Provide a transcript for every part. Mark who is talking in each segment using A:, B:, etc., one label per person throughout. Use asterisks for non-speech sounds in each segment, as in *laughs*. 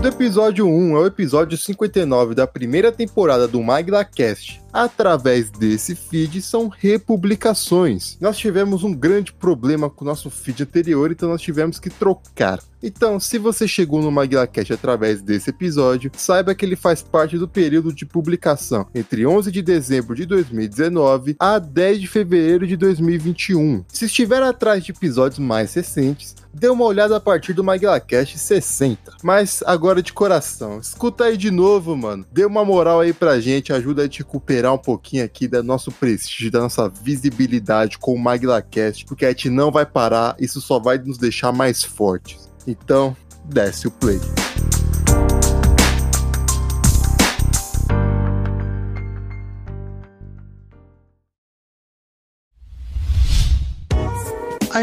A: Do episódio 1 ao episódio 59 da primeira temporada do MaglaCast, através desse feed, são republicações. Nós tivemos um grande problema com o nosso feed anterior, então nós tivemos que trocar. Então, se você chegou no MaglaCast através desse episódio, saiba que ele faz parte do período de publicação entre 11 de dezembro de 2019 a 10 de fevereiro de 2021. Se estiver atrás de episódios mais recentes, dê uma olhada a partir do MaglaCast 60. Mas agora de coração, escuta aí de novo, mano. Dê uma moral aí pra gente, ajuda a gente recuperar um pouquinho aqui do nosso prestígio, da nossa visibilidade com o MaglaCast, porque a gente não vai parar, isso só vai nos deixar mais fortes. Então, desce o play.
B: A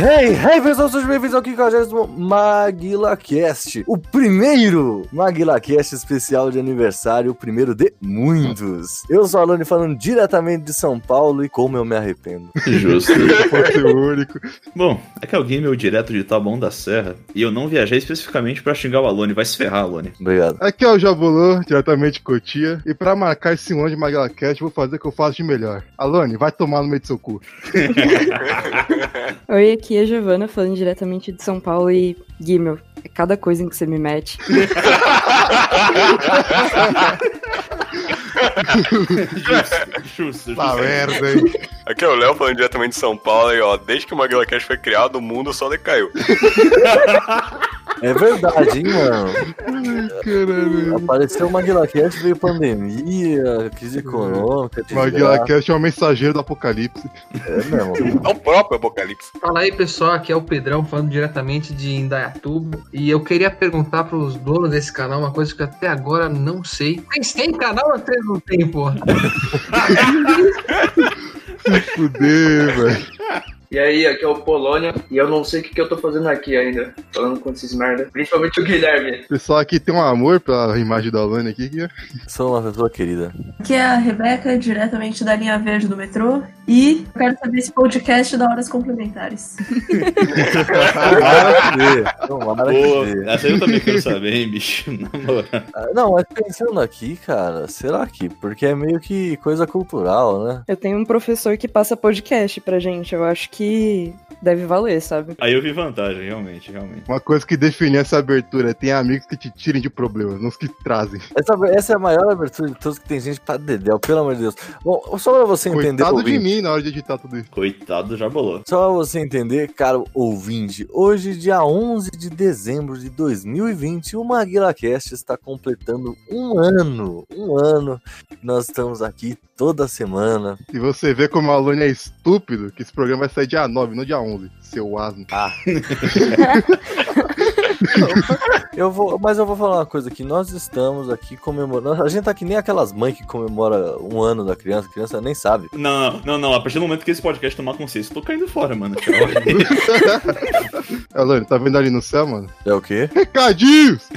C: Hey, hey, pessoal, sejam bem-vindos ao 50 MaguilaCast, o primeiro MaguilaCast especial de aniversário, o primeiro de muitos. Eu sou a Alane falando diretamente de São Paulo e como eu me arrependo.
D: Justo.
A: Pode ser o único.
D: *laughs* Bom, é que alguém meu direto de Taboão da Serra e eu não viajei especificamente pra xingar o Alone. Vai se ferrar, Alone.
C: Obrigado.
A: Aqui é o Jabulô, diretamente de Cotia, e pra marcar esse ano de MaglaCast, eu vou fazer o que eu faço de melhor. Alone, vai tomar no meio do seu cu.
E: Oi, aqui é a Giovana falando diretamente de São Paulo e Guimel. É cada coisa em que você me mete.
D: justo, justo,
A: Tá merda, hein?
F: *laughs* Aqui é o Léo falando diretamente de São Paulo e ó, desde que o MaguilaCast foi criado, o mundo só decaiu.
C: É verdade, hein, mano?
A: Caralho.
C: Apareceu o MaguilaCast, veio pandemia, crise econômica, desgraça.
A: MaglaCast é o mensageiro do apocalipse.
C: É mesmo.
F: É o próprio Apocalipse.
G: Fala aí pessoal, aqui é o Pedrão falando diretamente de Indaiatuba e eu queria perguntar pros donos desse canal uma coisa que eu até agora não sei. Vocês têm canal ou vocês não têm, porra?
A: *laughs* Fudeu, velho.
H: E aí, aqui é o Polônia, e eu não sei o que, que eu tô fazendo aqui ainda, falando com esses merda. Principalmente o Guilherme.
A: Pessoal aqui tem um amor pela imagem da Alane aqui. Que... é
C: Sou uma pessoa querida.
I: Aqui é a Rebeca, diretamente da linha verde do metrô. E eu quero saber esse podcast da
D: *laughs*
I: Horas Complementares.
C: Tomara que dê, tomara
D: Pô,
C: que dê.
D: essa aí eu também quero saber, hein, bicho. *laughs* Na moral.
C: Ah, Não, mas pensando aqui, cara, será que? Porque é meio que coisa cultural, né?
E: Eu tenho um professor que passa podcast pra gente. Eu acho que deve valer, sabe?
D: Aí eu vi vantagem, realmente, realmente.
A: Uma coisa que define essa abertura é tem amigos que te tirem de problemas, não os que trazem.
C: Essa, essa é a maior abertura de todos que tem gente pra Dedel, pelo amor de Deus. Bom, só pra você entender.
A: Coitado de
C: ouvinte,
A: mim na hora de editar tudo isso.
D: Coitado, já bolou.
C: Só pra você entender, caro ouvinte. Hoje, dia 11 de dezembro de 2020, o MaguilaCast está completando um ano. Um ano. Nós estamos aqui toda semana.
A: E você vê como a Alane é estúpido, que esse programa vai sair dia 9, não dia 11. Seu asno.
D: *laughs*
C: Ah. eu vou, mas eu vou falar uma coisa aqui. Nós estamos aqui comemorando. A gente tá que nem aquelas mães que comemora um ano da criança. A criança nem sabe.
D: Não, não, não, não. A partir do momento que esse podcast tomar consciência, eu tô caindo fora, mano. Tchau.
A: Alane, tá vendo ali no céu, mano?
C: É o quê?
A: Recadinhos! *laughs*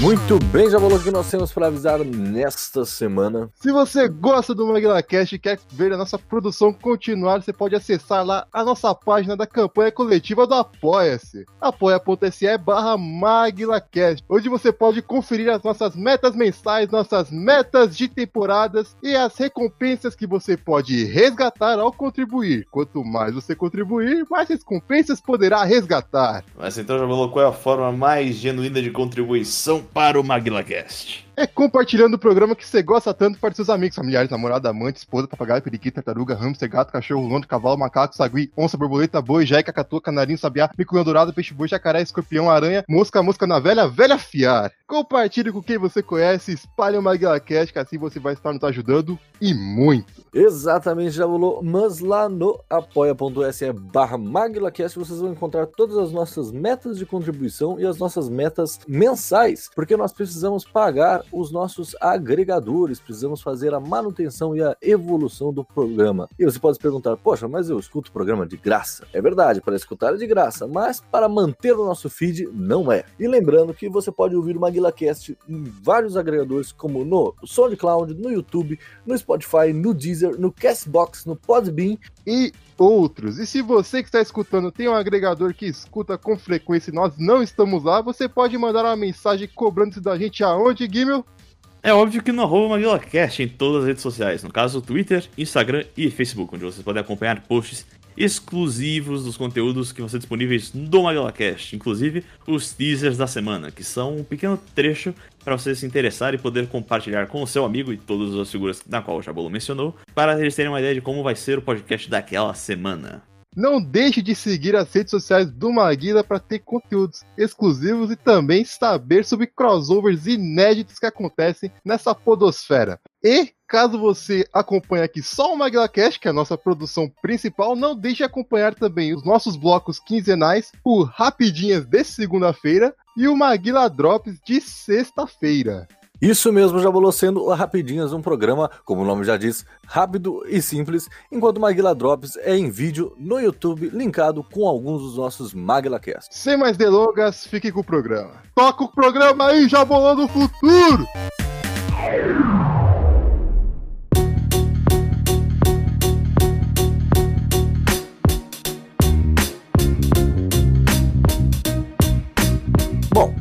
C: Muito bem, já falou que nós temos para avisar nesta semana.
A: Se você gosta do MaglaCast e quer ver a nossa produção continuar, você pode acessar lá a nossa página da campanha coletiva do Apoia-se. apoia.se barra MaglaCast, onde você pode conferir as nossas metas mensais, nossas metas de temporadas e as recompensas que você pode resgatar ao contribuir. Quanto mais você contribuir, mais recompensas poderá resgatar.
D: Mas então já bolou qual é a forma mais genuína de contribuição para o MaglaCast?
A: É compartilhando o programa que você gosta tanto para seus amigos, familiares, namorada, amante, esposa, papagaio, periquita, tartaruga, hamster, gato, cachorro, londo, cavalo, macaco, sagui, onça, borboleta, boi, jaca, catua, canarinho, sabiá, micunha dourado, peixe-boi, jacaré, escorpião, aranha, mosca, mosca na velha, velha fiar. Compartilhe com quem você conhece, espalhe o Maguila Cast, que assim você vai estar nos ajudando e muito.
C: Exatamente, já rolou. Mas lá no apoia.se barra MaglaCast vocês vão encontrar todas as nossas metas de contribuição e as nossas metas mensais, porque nós precisamos pagar os nossos agregadores, precisamos fazer a manutenção e a evolução do programa. E você pode se perguntar, poxa, mas eu escuto o programa de graça. É verdade, para escutar é de graça, mas para manter o nosso feed não é. E lembrando que você pode ouvir o MaguilaCast em vários agregadores, como no SoundCloud, no YouTube, no Spotify, no Deezer, no Castbox, no Podbean.
A: e outros. E se você que está escutando tem um agregador que escuta com frequência e nós não estamos lá, você pode mandar uma mensagem cobrando-se da gente aonde, Gimel?
D: É óbvio que no arroba MaguilaCast em todas as redes sociais, no caso Twitter, Instagram e Facebook, onde vocês podem acompanhar posts exclusivos dos conteúdos que vão ser disponíveis no MaguilaCast, inclusive os teasers da semana, que são um pequeno trecho para você se interessar e poder compartilhar com o seu amigo e todas as figuras na qual o Jabolo mencionou, para eles terem uma ideia de como vai ser o podcast daquela semana.
A: Não deixe de seguir as redes sociais do Maguila para ter conteúdos exclusivos e também saber sobre crossovers inéditos que acontecem nessa podosfera. E caso você acompanhe aqui só o Maguila Cash, que é a nossa produção principal, não deixe de acompanhar também os nossos blocos quinzenais, o Rapidinhas de segunda-feira e o Maguila Drops de sexta-feira.
C: Isso mesmo, Jabolô sendo a Rapidinhas, um programa, como o nome já diz, rápido e simples, enquanto o Maguila Drops é em vídeo no YouTube, linkado com alguns dos nossos MaguilaCasts.
A: Sem mais delongas, fique com o programa. Toca o programa aí, Jabolão do Futuro!
C: Bom,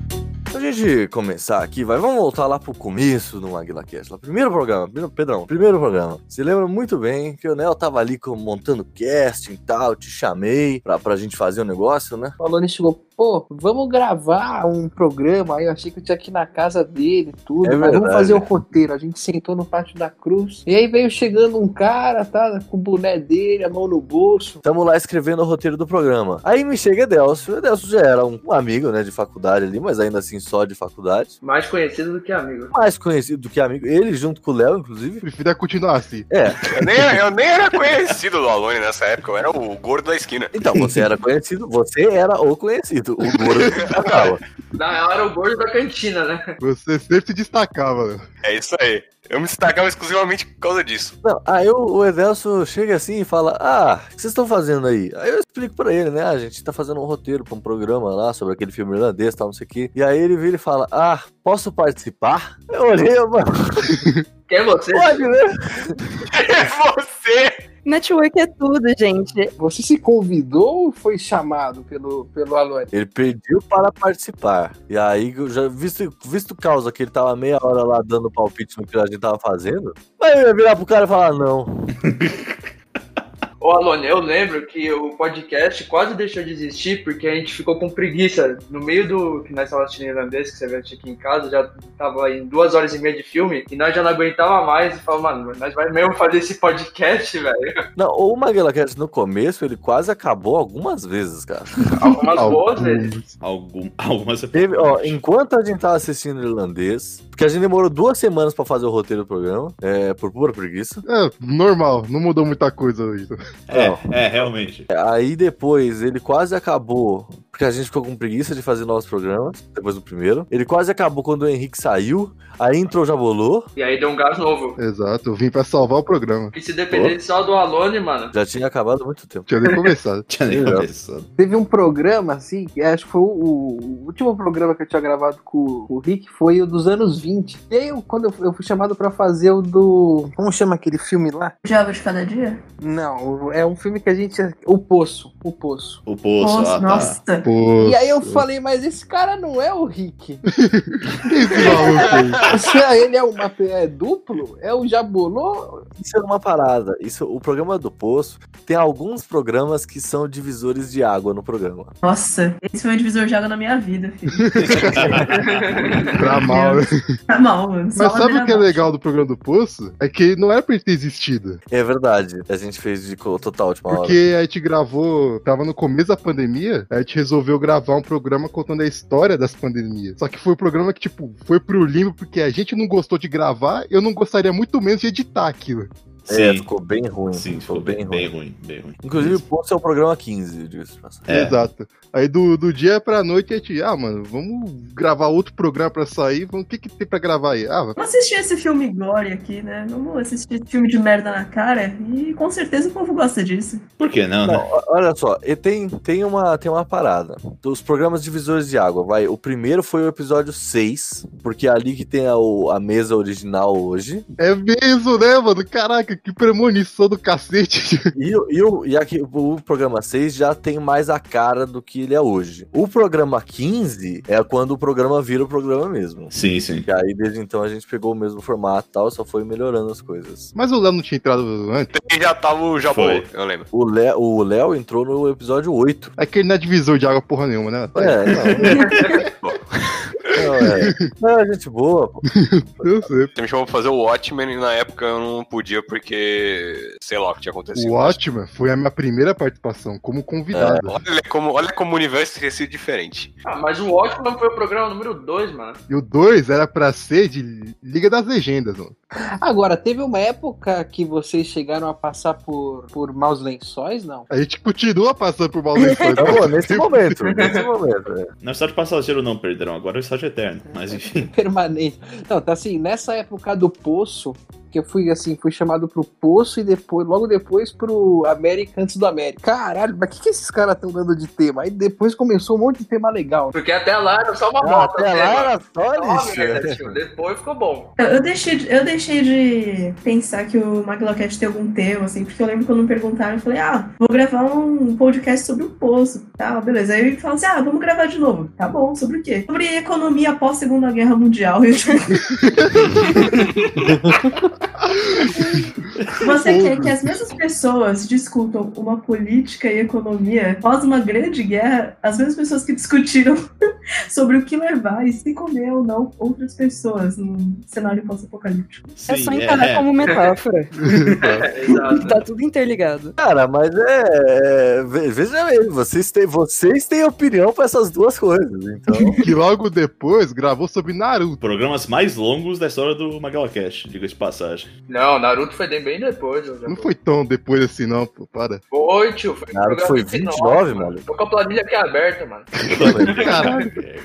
C: pra gente começar aqui, vai, vamos voltar lá pro começo do MaguilaCast. Lá, primeiro programa, primeiro, Pedrão, primeiro programa. Se lembra muito bem que o Nel tava ali com- montando casting e tal, te chamei pra, pra gente fazer o negócio, né?
J: O Alone chegou, pô, vamos gravar um programa aí. Eu achei que eu tinha aqui na casa dele e tudo.
C: É
J: mas
C: verdade.
J: vamos fazer o roteiro. A gente sentou no pátio da cruz. E aí veio chegando um cara, tá? Com o boné dele, a mão no bolso.
C: Tamo lá escrevendo o roteiro do programa. Aí me chega Edelcio. Edelcio já era um amigo, né, de faculdade ali, mas ainda assim só de faculdade.
H: Mais conhecido do que amigo.
C: Mais conhecido do que amigo. Ele junto com o Léo, inclusive.
A: Prefiro é continuar assim.
F: Eu nem, eu nem era conhecido do Alone nessa época, eu era o gordo da esquina.
C: Então, você era conhecido, você era o conhecido, o gordo da sala.
H: Na real era o gordo da cantina,
A: *laughs*
H: né?
A: Você sempre se destacava, meu.
F: É isso aí. Eu me destacava exclusivamente por causa disso.
C: Não, aí o, o Edelso chega assim e fala: Ah, o que vocês estão fazendo aí? Aí eu explico pra ele, né? "Ah, a gente tá fazendo um roteiro pra um programa lá sobre aquele filme irlandês e tal, não sei o quê. E aí ele vira e fala: Ah, posso participar? Eu olhei, mano,
H: Quem é você?
C: pode, né?
F: É você!
E: Network é tudo, gente.
J: Você se convidou ou foi chamado pelo, pelo Alone?
C: Ele pediu para participar. E aí, eu já visto, visto o causa que ele tava meia hora lá dando palpite no que a gente tava fazendo, aí eu ia virar pro cara e falar: Não.
H: Ô, Alone, eu lembro que o podcast quase deixou de existir porque a gente ficou com preguiça. No meio do que nós estávamos assistindo irlandês, que você veio assistir aqui em casa, já tava em duas horas e meia de filme, e nós já não aguentava mais e falamos, mano, nós vai mesmo fazer esse podcast, *laughs* velho.
C: Não, o Maguila Cast no começo, ele quase acabou algumas vezes,
A: *laughs*
C: cara.
H: Algumas boas vezes.
D: Algum, algumas é
C: Teve, ó, enquanto a gente tava assistindo irlandês, porque a gente demorou duas semanas pra fazer o roteiro do programa, é, por pura preguiça. Então,
A: É, normal, não mudou muita coisa hoje.
D: É, é, realmente.
C: Aí depois ele quase acabou, porque a gente ficou com preguiça de fazer novos programas, depois do primeiro. Ele quase acabou quando o Henrique saiu, aí entrou já bolou,
H: E aí deu um gás novo.
A: Exato, eu vim pra salvar o programa.
H: E se dependesse só do Alone, mano,
C: já tinha acabado há muito tempo.
A: Tinha nem começado.
D: *laughs* Tinha nem
C: Exato.
D: pensado.
J: Teve um programa, assim, que acho que foi o, o último programa que eu tinha gravado com, o Rick, foi o dos anos 20. E aí, eu- quando eu, fui- eu fui chamado pra fazer o do. Como chama aquele filme lá?
I: Diabo de cada dia?
J: Não, é um filme que a gente. O Poço. O Poço.
D: O poço,
I: Poço,
D: ah, tá.
I: nossa.
A: Pô,
J: E aí eu falei, mas esse cara não é o Rick.
A: maluco
J: Se ele é, uma, é duplo, é o Jabolô.
C: Isso é uma parada. Isso, o programa do Poço tem alguns programas que são divisores de água no programa.
I: Nossa, esse foi o divisor de água na minha vida, filho.
A: pra mal, né?
I: Tá mal, mano. Só
A: Mas sabe o
I: ladeira
A: que é
I: abaixo.
A: legal do programa do Poço? É que não era pra ele ter existido.
C: É verdade. A gente fez de co- total última hora.
A: Porque a gente gravou, tava no começo da pandemia, a gente resolveu gravar um programa contando a história das pandemias. Só que foi um programa que, tipo, foi pro limbo porque a gente não gostou de gravar, eu não gostaria muito menos de editar aquilo.
C: É,
D: Sim.
C: ficou bem ruim.
D: Sim, ficou
C: ficou bem, ruim.
D: bem ruim, bem ruim.
C: Inclusive, o Poço é o programa 15, disso.
D: É.
A: Exato. Aí do, do dia pra noite a gente, ah, mano, vamos gravar outro programa pra sair, vamos- o que que tem pra gravar aí? Ah,
I: Vamos assistir esse filme Gore aqui, né? Vamos assistir esse filme de merda na cara e com certeza o povo gosta disso.
D: Por que não,
C: Não,
D: né?
C: o- olha só, e tem, tem, uma, tem uma parada. Os programas divisores de água, vai. O primeiro foi o episódio 6, porque é ali que tem a, o- a mesa original hoje.
A: é mesmo, né, mano? Caraca, que premonição do cacete.
C: E, o- e, o, e aqui, o programa 6 já tem mais a cara do que ele é hoje. O programa 15 é quando o programa vira o programa mesmo.
D: Sim, sim.
C: E aí, desde então, a gente pegou o mesmo formato e tal, só foi melhorando as coisas.
A: Mas o Léo não tinha entrado antes?
F: E já tava o Jabolô, eu lembro.
C: O Léo, o Léo entrou no episódio 8.
A: É que ele não é divisor de água porra nenhuma, né? Tá aí.
C: É,
F: *laughs*
C: não, é. Não, é gente boa, pô.
A: *laughs* Eu sei.
F: Você me chamou pra fazer o Watchmen e na época eu não podia porque sei lá o que tinha acontecido.
A: *laughs*
F: É,
A: O é Watchman foi a minha primeira participação como convidado.
C: É.
F: Olha como, olha como o universo teria sido diferente.
H: Ah, mas o Watchmen foi o programa número 2, mano.
A: E o 2 era pra ser de Liga das Legendas, mano.
J: Agora, teve uma época que vocês chegaram a passar por, por maus lençóis, não?
A: A gente continua passando por mal lençóis.
C: Tá bom, nesse momento, nesse momento. é.
D: Na estádio passageiro não perderam, agora é o estádio eterno. Mas enfim.
J: *laughs* Permanente. Não, tá assim, nessa época do Poço, que eu fui assim, fui chamado pro Poço e depois, logo depois pro América antes do América. Caralho, mas o que, que esses caras estão dando de tema? Aí depois começou um monte de tema legal.
H: Porque até lá era só uma
C: Ah,
H: bota.
C: até
H: né,
C: lá
H: mano?
C: era só
H: Só uma
C: lixo.
H: merda,
C: né?
H: tio. Depois ficou bom.
I: Eu, eu deixei, de- eu deixei de pensar que o Maglocast tem algum tema, assim, porque eu lembro quando me perguntaram, eu falei, ah, vou gravar um podcast sobre o poço, tá, beleza. Aí falam assim, ah, vamos gravar de novo. Tá bom, sobre o quê? Sobre economia após Segunda Guerra Mundial. *laughs* Eu- Você quer que as mesmas pessoas discutam uma política e economia após uma grande guerra, as mesmas pessoas que discutiram sobre o que levar e se comer ou não outras pessoas num cenário pós-apocalíptico.
D: Sim,
E: É só encarar como metáfora.
H: Exato.
E: tá tudo interligado.
C: Cara, mas é. é, ve- Veja bem, vocês têm, vocês têm opinião pra essas duas coisas, então.
A: Que logo depois gravou sobre Naruto.
D: Programas mais longos da história do Magala Cash, diga de passagem.
H: Não, Naruto foi bem depois. ô,
A: Não
H: Jabu.
A: foi tão depois assim, não, pô. Para.
H: Foi, tio. Foi
C: Naruto
H: programa
C: foi 29, mano.
H: Tô com a planilha aqui aberta, mano.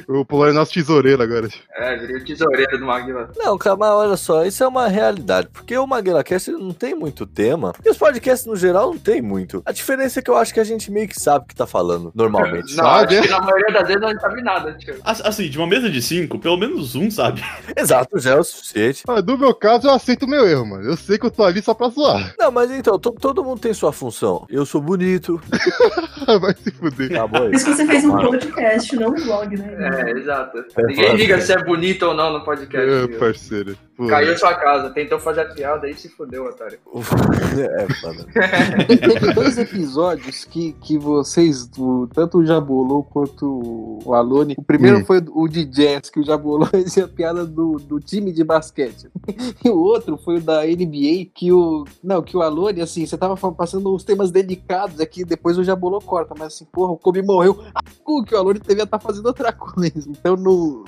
A: O Paulo é nosso tesoureiro agora.
H: *laughs* É, virei o tesoureiro do Maguila.
C: Não, cara, mas olha só, isso é uma realidade. Porque o MagueilaCast ele não tem muito tema. E os podcasts no geral não tem muito. A diferença é que eu acho que a gente meio que sabe o que tá falando, normalmente.
H: Não,
A: Sabe, é?
H: acho que na maioria das vezes não sabe nada, tio.
D: As- Assim, de uma mesa de cinco, pelo menos um sabe.
C: *laughs* Exato, já é o suficiente.
A: *laughs* Ah, no meu caso, eu aceito o meu erro, mano. Eu sei que eu tô ali só pra zoar.
C: Não, mas então, to- todo mundo tem sua função. Eu sou bonito,
A: *laughs* Vai se fuder.
C: acabou
I: Por isso
C: aí.
I: que você fez um podcast, não um blog, né?
H: É, exato.
C: É,
H: Ninguém
C: fala
H: diga
C: sério.
H: se é bonito ou não no podcast.
A: É,
H: tio.
A: parceiro. Pô.
H: Caiu sua casa, tentou fazer a piada aí se fudeu, otário.
C: é, foda. *laughs*
J: Te- Teve dois episódios que, que vocês, o- tanto o Jabolô quanto o Alone. O primeiro
A: Hum.
J: foi o de jazz, que o Jabolô *laughs* fazia piada do, do time de basquete. *laughs* E o outro foi o da NBA, que o. Não, que o Alone, assim, você tava fa- passando uns temas delicados aqui, depois o Jabolô corta, mas assim, porra, o Kobe morreu. Ah, cu, que o Alone devia estar fazendo outra coisa. Então no.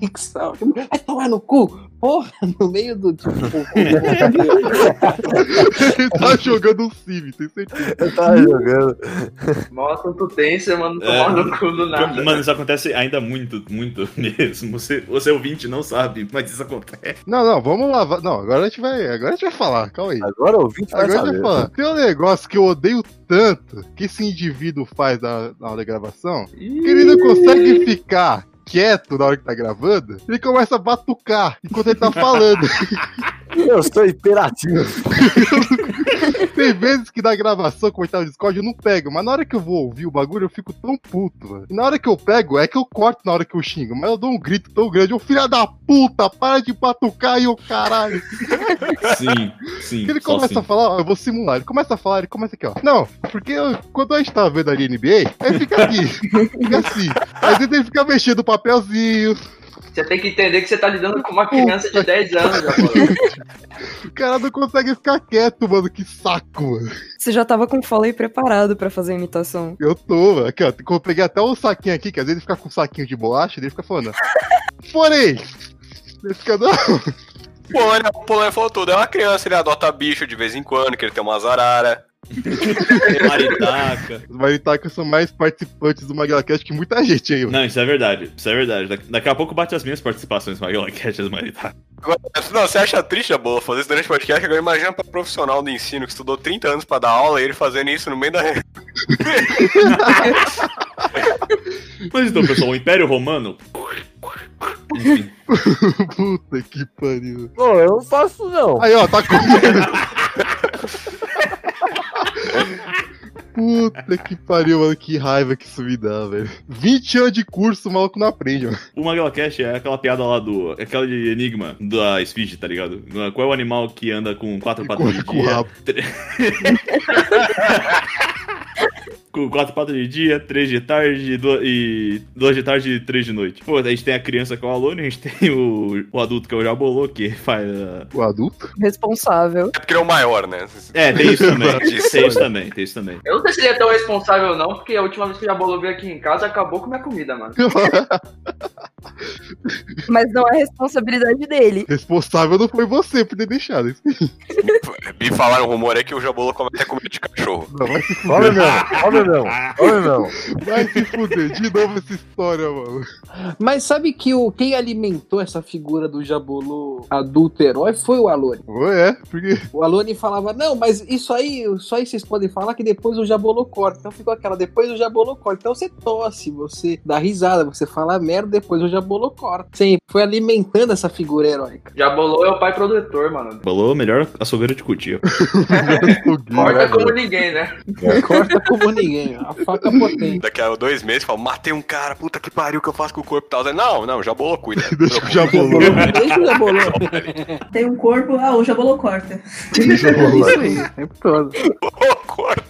J: Mixal. Vai tomar no cu! Porra, no meio do. Tipo, *laughs*
A: Ele tá jogando um Civ, tem certeza.
C: Eu tava jogando.
H: Mó assunto tenso, mano, tomar
D: É.
H: no cu do nada. né?
D: Mano, isso acontece ainda muito, muito *laughs* mesmo. Você, você ouvinte não sabe, mas isso acontece.
A: Não, não, vamos lavar. Não, agora a gente vai. Agora a gente vai falar, calma aí.
C: Agora o ouvinte vai
A: Agora deixa
C: saber.
A: eu falar. Tem um negócio que eu odeio tanto que esse indivíduo faz na, na hora da gravação, que ele não consegue ficar quieto na hora que tá gravando, ele começa a
C: *laughs*
A: batucar enquanto ele tá falando.
C: Eu sou imperativo.
A: *laughs* Tem vezes que na gravação, como tá no Discord, eu não pego. Mas na hora que eu vou ouvir o bagulho, eu fico tão puto, mano. E na hora que eu pego, é que eu corto na hora que eu xingo. Mas eu dou um grito tão grande. Ô, filha da puta, para de patucar e o caralho.
D: *laughs* Sim, sim.
A: Ele
D: só
A: começa
D: sim.
A: a falar, ó, eu vou simular. Ele começa a falar, ele começa aqui, ó. Não, porque eu- quando a gente tá vendo ali NBA, aí fica aqui. *laughs* fica assim. Aí ele fica mexendo o papelzinho.
H: Você tem que entender que você tá lidando com uma criança de 10 anos, Japão.
A: O cara não consegue ficar quieto, mano. Que saco, mano.
E: Você já tava com o Foley preparado pra fazer a imitação.
A: Eu tô, mano. Aqui, ó. Eu peguei até um saquinho aqui, que às vezes ele fica com um saquinho de bolacha, ele fica falando. "Ah, Porém! Ele fica, não.
F: Polônia, Polônia falou tudo. É uma criança, ele adota bicho de vez em quando, que ele tem uma zarara.
A: *laughs*
D: Maritaca.
A: Os Maritacas tá são mais participantes do MaglaCast que muita gente aí, mano.
D: Não, isso é verdade. Isso é verdade. Da- daqui a pouco bate as minhas participações no Maguila Cash as Maritacas.
F: Agora, Não, você acha triste a boa fazer isso durante o podcast? Agora imagina pra profissional do ensino que estudou 30 anos pra dar aula e ele fazendo isso no meio da.
D: Mas então, pessoal, o Império Romano. Enfim.
A: *laughs* Puta que pariu.
C: Não, eu não faço não.
A: Aí, ó, tá
C: *laughs*
A: comendo. Puta que pariu, mano. Que raiva que isso me dá, velho. 20 anos de curso, o maluco não aprende, mano.
D: O Maguila Cash é aquela piada lá do. é Aquela de enigma da Speed, tá ligado? Qual é o animal que anda com quatro patas de
A: Com o
D: dia?
A: rabo.
D: *laughs* Com quatro patas de dia, três de tarde e duas- e duas de tarde e três de noite. Pô, a gente tem a criança que é o aluno, a gente tem o, o adulto que é o Jabolô, que faz. ah,
A: O adulto?
E: Responsável.
F: É porque ele é o maior, né?
D: É, tem isso
F: *laughs*
D: também.
F: Isso.
D: tem isso também, tem isso também.
H: Eu não sei se ele é tão responsável, não, porque a última vez que o Jabolo veio aqui em casa acabou com minha comida, mano.
E: Mas não é responsabilidade dele.
A: Responsável não foi você por ter deixado isso.
F: Me falaram um rumor aí que o Jabolo come até comida de cachorro.
A: Não, vai se
C: Olha
A: fuder.
C: meu, olha meu,
F: *laughs*
C: olha meu.
A: Vai se fuder. De novo essa história, mano.
J: Mas sabe que o, quem alimentou essa figura do Jabulu adulto herói foi o Alone.
A: Ué, porque.
J: O Alone falava, não, mas isso aí, só aí vocês podem falar que depois o Jabulu corta. Então ficou aquela, depois o Jabulu corta. Então você tosse, você dá risada, você fala merda, depois o Jabulu corta. Sempre foi alimentando essa figura heróica.
H: Jabolo é o pai produtor, mano.
D: Jabolô é o melhor açougueiro de Cutia.
H: Corta como ninguém, né?
J: É, Corta como ninguém, a faca potente.
F: Daqui a dois meses, fala, matei um cara, puta que pariu, o que eu faço com o corpo e tal. Zé, Não, não, Jabolo cuida.
A: Deixa que já bolou.
J: Deixa
F: *laughs*
J: o Jabulu.
I: Tem um corpo. Ah, o Jabolo corta.
A: Deixa eu bolar.
J: Isso aí, o tempo todo.
F: Jabolo corta.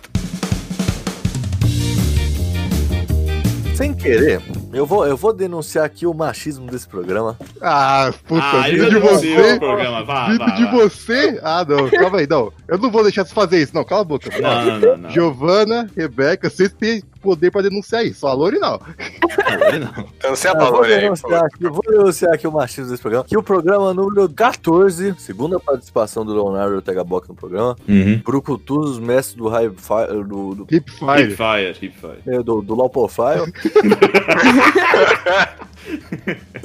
C: Sem querer, eu vou, eu vou denunciar aqui o machismo desse programa.
A: Ah, puta,
D: Ah,
A: vindo
D: eu
A: de
D: já
A: você.
D: o programa, vá,
A: Vindo
D: vá,
A: de
D: vá.
A: você? Ah, não, calma aí, não. Eu não vou deixar você fazer isso, não. Cala a boca.
D: Não, não, não, não.
A: Giovana, Rebeca, vocês têm poder pra denunciar isso. A Lori não.
K: Tá
F: Cancela
C: Ah,
F: a
C: vou,
F: Lore aí, por
C: denunciar
F: favor.
C: aqui, vou denunciar aqui o machismo desse programa. Que o programa número 14, segunda participação do Leonardo Ortega Bock no programa,
D: Uhum.
C: Brucutus, mestre do High Fire, do, do,
A: Hip
D: Hip
A: Fire.
D: Fire, Hip Fire.
C: é, do, do Low Profile.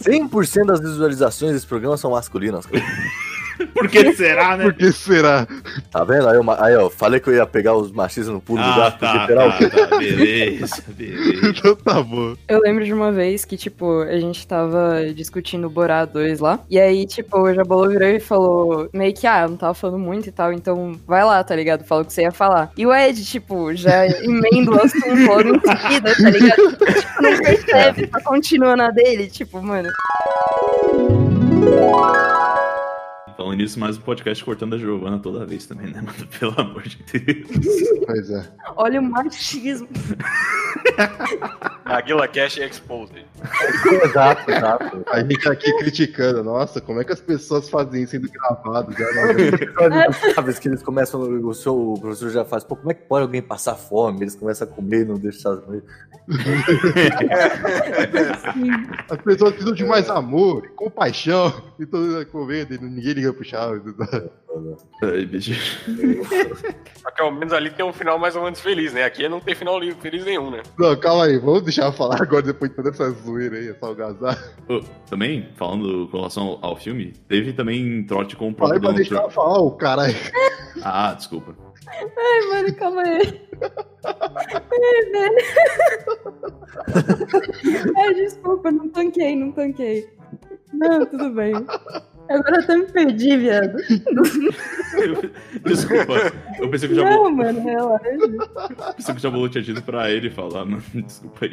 C: 100% das visualizações desse programa são masculinas, cara.
D: Por que será, né?
A: Por que será?
C: Tá vendo? Aí eu, ma- aí eu falei que eu ia pegar os machistas no pulo do
D: Ah,
C: gato,
D: tá,
C: porque será o quê?
D: tá, tá, beleza, beleza.
A: *laughs* Então tá bom.
E: Eu lembro de uma vez que, tipo, a gente tava discutindo o Borá 2 lá. E aí, tipo, o Jabolo virou e falou meio que, ah, eu não tava falando muito e tal, então vai lá, tá ligado? Fala o que você ia falar. E o Ed, tipo, já emenda o assunto logo em seguida, tá ligado? Tipo, não percebe, só continua na dele. Tipo, mano,
D: Falando nisso, mais um podcast cortando a Giovana toda vez também, né, mano? *laughs* Pelo amor de Deus.
A: Pois é.
E: olha o machismo.
F: Aguila Cash Exposed.
C: Exato, exato.
A: A gente aqui criticando. Nossa, como é que as pessoas fazem isso sendo gravado? Já não *laughs*
C: *laughs* Sabe, que eles começam, o, seu- o professor já faz, pô, como é que pode alguém passar fome? Eles começam a comer e não deixam...
A: As pessoas precisam de mais amor, compaixão e toda comida. e Ninguém liga pro Chaves.
D: Ai, bicho.
F: Só que ao menos ali tem um final mais ou menos feliz, né? Aqui não tem final li- feliz nenhum, né?
A: Não, calma aí. Vamos deixar eu falar agora depois de toda essa zoeira aí, essa algazarra.
D: Ô, também, falando com relação ao filme, teve também trote com o próprio
A: Falei pra
D: Donald
A: deixar ela
D: Trump.
A: falar, ô caralho.
D: Ah, desculpa.
E: Ai, mano, calma aí. Ai, É, velho. *laughs* Ai, desculpa, não tanquei, não tanquei. Não, tudo bem. Agora eu até me perdi, viado.
D: Desculpa. Eu pensei que o Jabulu,
E: Não, mano, relaxa.
A: *laughs*
D: pensei que o Jabulu tinha dito pra ele falar, mano. Desculpa aí.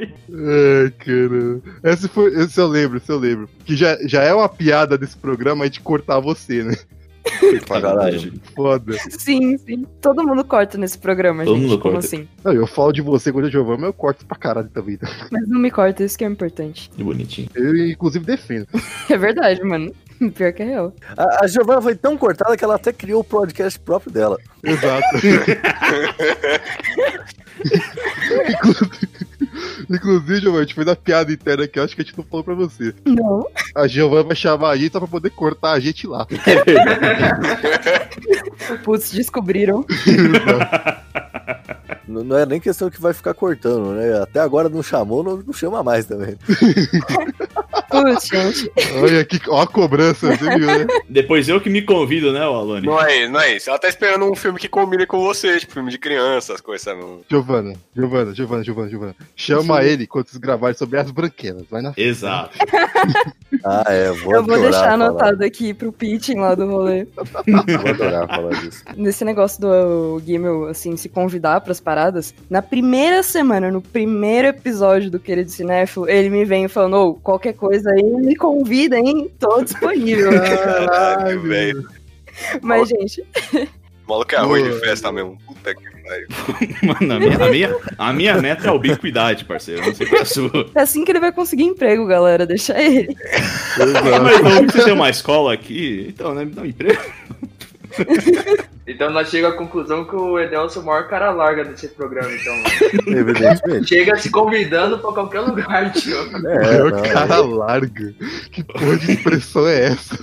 A: Ai, caramba. Esse, foi, esse eu lembro, esse eu lembro. Que já, já é uma piada desse programa a gente cortar você,
D: *laughs*
A: né?
C: Caralho.
A: Foda.
E: Sim, sim. Todo mundo corta nesse programa,
D: Todo
E: gente.
D: mundo
E: Como
D: corta.
E: assim?
A: Não, eu falo de você quando eu Giovanni, mas eu corto pra caralho também. tá?
E: Mas não me corta, isso que é importante. *laughs*
D: Que bonitinho.
A: Eu,
D: *laughs*
A: inclusive, defendo.
E: É verdade, mano. *laughs* Pior que é real.
C: A, a Giovanna foi tão cortada que ela até criou o podcast próprio dela.
A: Exato. Inclu- Inclusive, Giovanni, a gente fez uma piada interna que eu acho que a gente não falou pra você.
E: Não.
A: A Giovanni vai chamar a gente só pra poder cortar a
D: *laughs*
A: gente lá.
E: Putz, descobriram.
C: *laughs* Não, não é nem questão que vai ficar cortando, né? Até agora não chamou, não, não chama mais também.
E: Putz, gente.
A: Olha que, ó a cobrança, você viu, né?
D: *laughs* Depois eu que me convido, né, ô Alone?
F: Não é isso, não é isso. Ela tá esperando um filme que combine com você, tipo filme de criança, as coisas, sabe? Um-
A: Giovana, Giovana, Giovana, Giovana, Giovana. Chama ele quando vocês gravarem sobre as branquelas. Vai na
D: Exato.
C: *laughs* Ah, é, vou
E: *laughs* Eu vou
C: adorar
E: deixar
C: falar-
E: anotado aqui pro pitching lá do rolê.
C: Vou adorar falar disso.
E: Nesse negócio do Gimel, assim, se convidar pras paradas, na primeira semana, no primeiro episódio do Querido Cinéfilo, ele me vem falando, ô, qualquer coisa aí, me convida, hein? Tô
C: *laughs*
E: disponível.
F: Caralho, velho.
E: Mas, gente,
F: O maluco é ruim de
A: Boa.
F: festa mesmo. Puta que pariu.
D: *laughs* Mano, a minha, a minha, a minha meta é a ubiquidade, parceiro. Não sei qual é a sua.
E: é assim que ele vai conseguir emprego, galera. Deixa ele. *laughs*
D: Mas não, você tem uma escola aqui, então, né? Me dá um emprego.
H: Então nós chegamos à conclusão que o Edelson é o maior cara larga desse programa, então.
A: *laughs*
C: Evidentemente.
H: Chega se convidando pra qualquer lugar, tio.
C: É,
A: o
C: não,
A: cara larga. Que porra de expressão é
C: *laughs*
A: essa?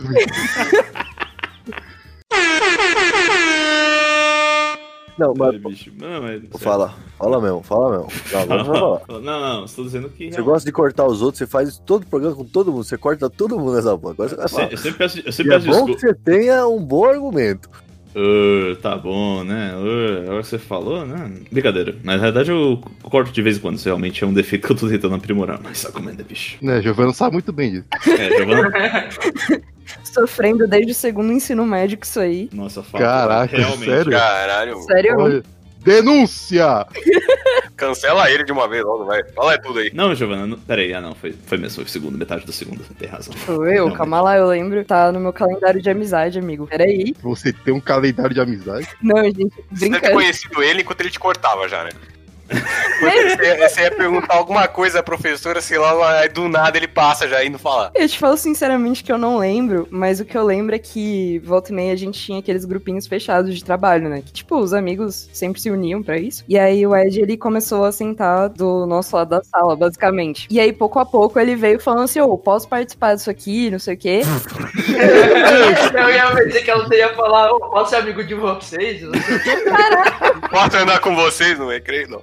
C: não, mas
D: Ai, bicho. Não, mas.
C: fala, fala mesmo, fala mesmo. Tá,
D: Não,
C: vamos falar.
D: não, não, estou dizendo que.
C: Você gosta de cortar os outros, você faz isso todo programa com todo mundo, você corta todo mundo nessa porra. Agora você vai
D: Eu se-
C: falar.
D: eu sempre peço, eu
C: E
D: sempre
C: é
D: peço
C: bom que
D: desculpa.
C: você tenha um bom argumento.
D: Ah, tá bom, né? Ah, agora você falou, né? Brincadeira. Na realidade, eu corto de vez em quando. Isso realmente é um defeito que eu tô tentando aprimorar. Mas só comendo, bicho.
A: né, Giovana sabe muito bem disso.
D: É, Giovana.
E: Sofrendo desde o segundo ensino médio com isso aí.
D: Nossa, fala.
A: Caraca,
D: realmente.
A: sério?
F: Caralho,
E: Sério?
A: Olha, denúncia!
F: *laughs* cancela ele de uma vez logo, vai. Fala tudo aí.
D: Não, Giovana, não, peraí, ah não, foi, foi mesmo, foi o segundo, metade do segundo, tem razão.
E: Sou
F: *laughs*
E: eu,
D: Não,
E: calma lá, eu lembro. Tá no meu calendário de amizade, amigo. Peraí.
A: Você tem um calendário de amizade?
E: Não, gente,
F: Você deve ter
E: brincando.
F: conhecido ele enquanto ele te cortava já, né? Porque Você, você ia perguntar alguma coisa à professora, sei lá, aí do nada ele passa já indo falar.
E: Eu te falo sinceramente que eu não lembro, mas o que eu lembro é que volta e meia a gente tinha aqueles grupinhos fechados de trabalho, né? Que, tipo, os amigos sempre se uniam pra isso. E aí o Ed, ele começou a sentar do nosso lado da sala, basicamente. E aí, pouco a pouco, ele veio falando assim, ô, posso participar disso aqui, não sei
F: *laughs*
E: o quê.
H: Eu ia dizer que ela teria falar, "Ô, posso ser amigo de vocês?
F: Posso andar com vocês, não é? Creio, não.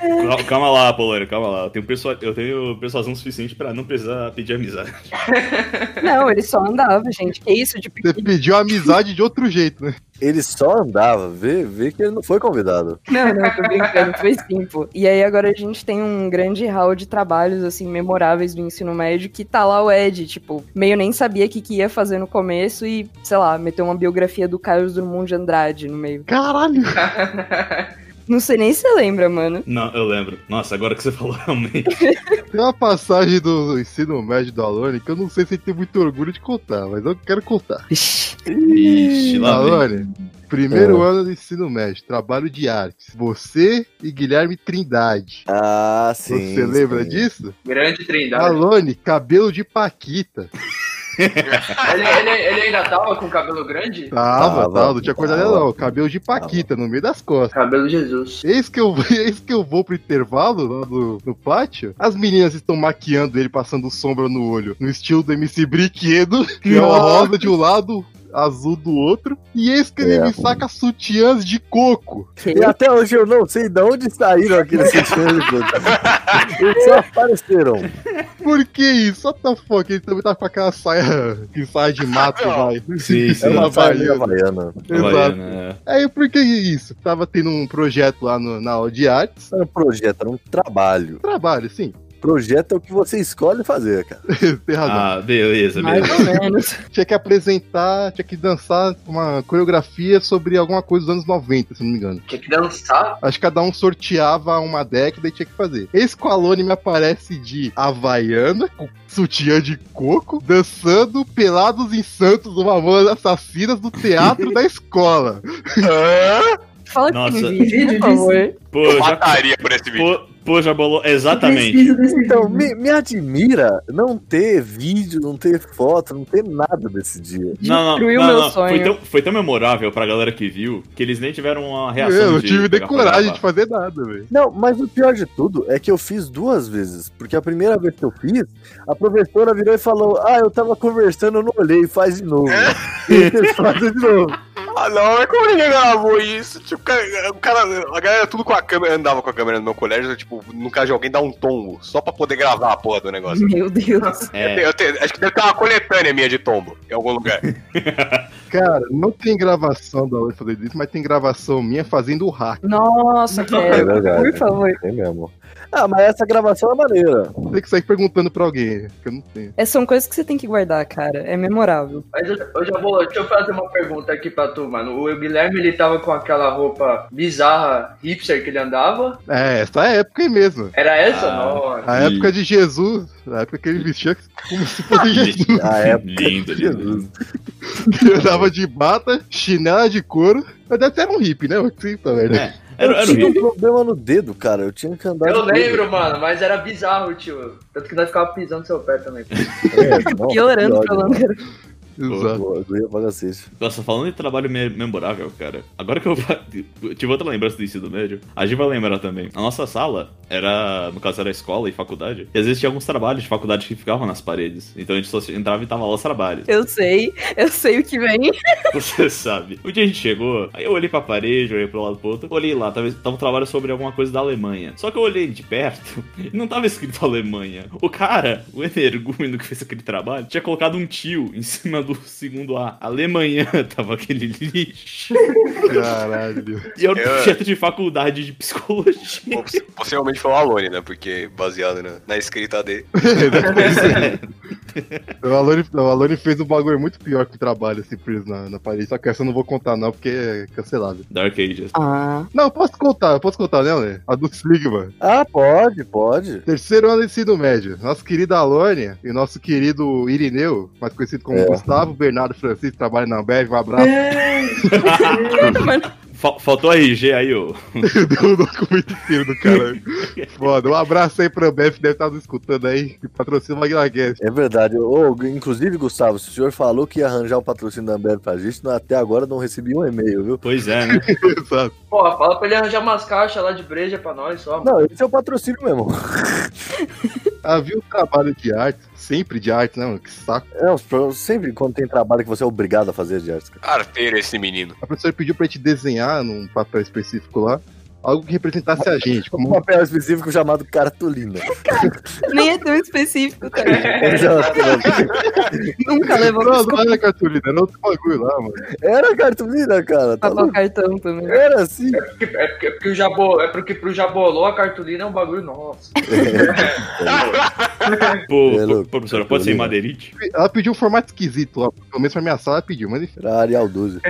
D: Cal- Calma lá, Polônia, calma lá. Eu tenho, persua- eu tenho persuasão suficiente pra não precisar pedir amizade.
E: não, ele só andava, gente. Que isso de
A: Você pediu amizade de outro jeito, né?
C: Ele só andava, vê, vê que ele não foi convidado.
E: Não, não, tô brincando, foi sim, pô. E aí agora a gente tem um grande hall de trabalhos, assim, memoráveis do ensino médio, que tá lá o Ed, tipo, meio nem sabia o que, que ia fazer no começo e, sei lá, meteu uma biografia do Carlos Drummond de Andrade no meio.
A: Caralho!
E: *laughs* Não sei nem se você lembra, mano.
D: Não, eu lembro. Nossa, agora que você *laughs* falou realmente.
A: Tem uma passagem do ensino médio do Alone que eu não sei se ele tem muito orgulho de contar, mas eu quero contar.
D: Ixi, lá vem.
A: Alone, primeiro ano do ensino médio, trabalho de artes. Você e Guilherme Trindade.
C: Ah, sim.
A: Você lembra
C: sim.
A: disso?
H: Grande trindade.
A: Alone, cabelo de Paquita.
H: Ele, ele- ele ainda tava com cabelo grande?
A: Tava,
C: Tava,
A: tava, não tinha acordado ainda
C: tava.
A: não. Cabelo de Paquita, no meio das costas.
H: Cabelo Jesus.
A: Eis que, eu, eis que eu vou *laughs* pro intervalo lá no, no pátio. As meninas estão maquiando ele, passando sombra no olho, no estilo do MC Brinquedo, *laughs* que é uma rosa de um lado, azul do outro. E eis que ele
C: É.
A: me saca sutiãs de coco.
E: Que-
C: E até hoje eu não sei de onde saíram aqueles *laughs* sentimentos. Eles só apareceram.
A: *laughs* Por que isso? What the fuck? Ele também tá com aquela saia *laughs* que sai de mato,
F: Não.
A: vai.
D: Sim, Tá sim.
A: *laughs* É uma
C: Saíram da
A: baiana.
C: Havaiana.
A: Exato.
D: Havaiana,
A: Aí É, por que isso? Tava tendo um projeto lá no- na aula de artes.
C: Isso era um projeto, era um trabalho.
A: Trabalho, sim.
C: Projeto é o que você escolhe fazer, cara.
A: Tem razão.
D: Ah, beleza,
E: Mais
D: beleza.
E: ou menos.
A: Tinha que apresentar, tinha que dançar uma coreografia sobre alguma coisa dos anos 90, se não me engano.
H: Tinha que dançar.
A: Acho que cada um sorteava uma década e tinha que fazer. Esse Qualone me aparece de Havaiana, com sutiã de coco, dançando pelados em Santos, uma voz assassinas do teatro da
H: *laughs*
A: escola.
E: Fala que
D: Nossa.
E: tem vídeo,
I: Vídeo
E: por favor.
D: Pô,
F: Eu
D: já,
F: mataria por esse vídeo.
D: pô, pô, já bolou. Exatamente.
I: Preciso desse
C: Então,
I: vídeo.
C: me, me admira não ter vídeo, não ter foto, não ter nada desse dia.
D: Não, não,
E: Destruiu
D: não,
E: meu
D: não. Foi,
E: sonho.
D: tão, foi tão memorável pra galera que viu que eles nem tiveram uma
A: Eu,
D: reação.
A: não
D: de
A: tive nem
D: pegar pra
A: coragem
D: gravar.
A: de fazer nada, velho.
C: Não, mas o pior de tudo é que eu fiz duas vezes. Porque a primeira vez que eu fiz, a professora virou e falou: Ah, eu tava conversando, eu não olhei, faz de novo. *laughs* e aí vocês fazem de novo.
F: Ah, não, é como ele gravou isso? Tipo, cara, o cara, a galera tudo com a câmera, andava com a câmera no meu colégio, tipo, no caso de alguém dar um tombo, só pra poder gravar a porra do negócio.
E: Meu Deus.
F: Eu
D: É,
F: tenho- eu tenho- acho que deve ter uma coletânea minha de tombo, em algum lugar.
A: Cara, não tem gravação da Oi fazendo isso, mas tem gravação minha fazendo o hack.
E: Nossa,
H: É
E: quero.
C: verdade.
E: Por favor.
C: É mesmo. Ah, mas essa gravação é maneira.
A: Tem que sair perguntando pra alguém, que eu não tenho.
E: Essas É, são coisas que você tem que guardar, cara. É memorável.
H: Mas eu, eu já vou. Deixa eu fazer uma pergunta aqui pra tu, mano. O Guilherme ele tava com aquela roupa bizarra hipster que ele andava.
A: É, essa época aí mesmo.
H: Era essa?
D: Ah.
H: Nossa.
A: A
D: Ih.
A: época de Jesus, a época que ele vestia como se
D: *laughs*
A: fosse Jesus.
C: A época.
D: Ah, lindo, lindo.
A: Eu andava de bata, chinela de couro, mas deve ser um hippie, né? Sim, tá vendo?
D: É. Era,
C: eu
D: era o
C: tinha um
D: Rio.
C: problema no dedo, cara. Eu tinha que andar.
H: Eu
C: de dedo.
H: lembro, mano, mas era bizarro, tio. Tanto que nós ficava pisando no seu pé também. *laughs*
C: É, não,
E: Piorando,
C: que ódio.
E: falando.
A: Exato.
C: Pô, Eu ia assim. pra cacete.
D: Nossa, falando em trabalho me- memorável, cara. Agora que eu, fa- *laughs* eu tive outra lembrança do ensino médio, a gente vai lembrar também. A nossa sala era, no caso, era escola e faculdade. E às vezes tinha alguns trabalhos de faculdade que ficavam nas paredes. Então a gente só entrava e tava lá os trabalhos.
E: Eu sei. Eu sei o que
I: *laughs*
E: vem.
D: *laughs* Você sabe. Um dia a gente chegou, aí eu olhei pra parede, olhei pro lado pro outro, olhei lá, tava, tava um trabalho sobre alguma coisa da Alemanha. Só que eu olhei de perto *laughs* e não tava escrito Alemanha. O cara, o energúmeno que fez aquele trabalho, tinha colocado um tio em cima do segundo A. Alemanha *laughs* tava aquele lixo.
A: Caralho.
D: E era um
F: Eu-
D: projeto de faculdade de psicologia.
F: Poss- Possivelmente foi o Alone, né? Porque baseado na, na
D: *laughs*
F: escrita dele.
A: *laughs* O Alone, o Alone fez um bagulho muito pior que o trabalho, assim, preso na, na parede. Só que essa eu não vou contar, não, porque é cancelável.
D: Dark Ages.
E: Ah.
A: Não, eu posso contar, eu posso contar, né, Alê? A do Sigma.
C: Ah, pode, pode.
A: Terceiro ano de ensino médio. Nossa querida Alone e nosso querido Irineu, mais conhecido como
C: É.
A: Gustavo Bernardo Francisco, trabalha na Ambev. Um abraço. *laughs*
I: É,
D: Fal- faltou a RG aí,
C: *laughs*
D: ô.
A: Deu o documento inteiro do cara. Foda. Um abraço aí pra Ambev, que deve estar nos escutando aí, que patrocina o Magnacast.
C: É verdade. Ô, inclusive, Gustavo, se o senhor falou que ia arranjar um patrocínio da Ambev pra gente, não- até agora não recebi um e-mail, viu?
D: Pois é,
C: *laughs*
D: né?
A: Exato.
H: Porra, fala pra ele arranjar umas caixas lá de breja pra nós só, mano.
C: Não, esse é o
A: *laughs*
C: patrocínio mesmo.
A: Havia um trabalho de arte, sempre de arte, né, mano? Que saco.
C: É, os pro- sempre quando tem trabalho que você é obrigado a fazer, Jéssica.
F: Arteiro esse menino.
A: A professora pediu pra gente desenhar num papel específico lá algo que representasse a gente.
C: *laughs* Um
A: Como...
C: papel específico chamado cartolina.
E: Nem é tão específico, cara.
C: Exato.
E: Nunca levou
A: Não,
E: desculpa
A: não é. era cartolina, era outro bagulho lá, mano.
C: Era cartolina, cara. Tá
E: pra
C: louco?
E: cartão também.
C: Era assim.
H: É porque, é porque, é porque o jabo, é porque pro Jabolô a cartolina é um bagulho *laughs* É nosso.
D: Pô,
C: É louco.
D: pô, professora, pode ser em Madeirite? *laughs*
A: Ela pediu um formato esquisito lá, pelo menos pra minha sala ela pediu, mas enfim.
C: Era Arial 12.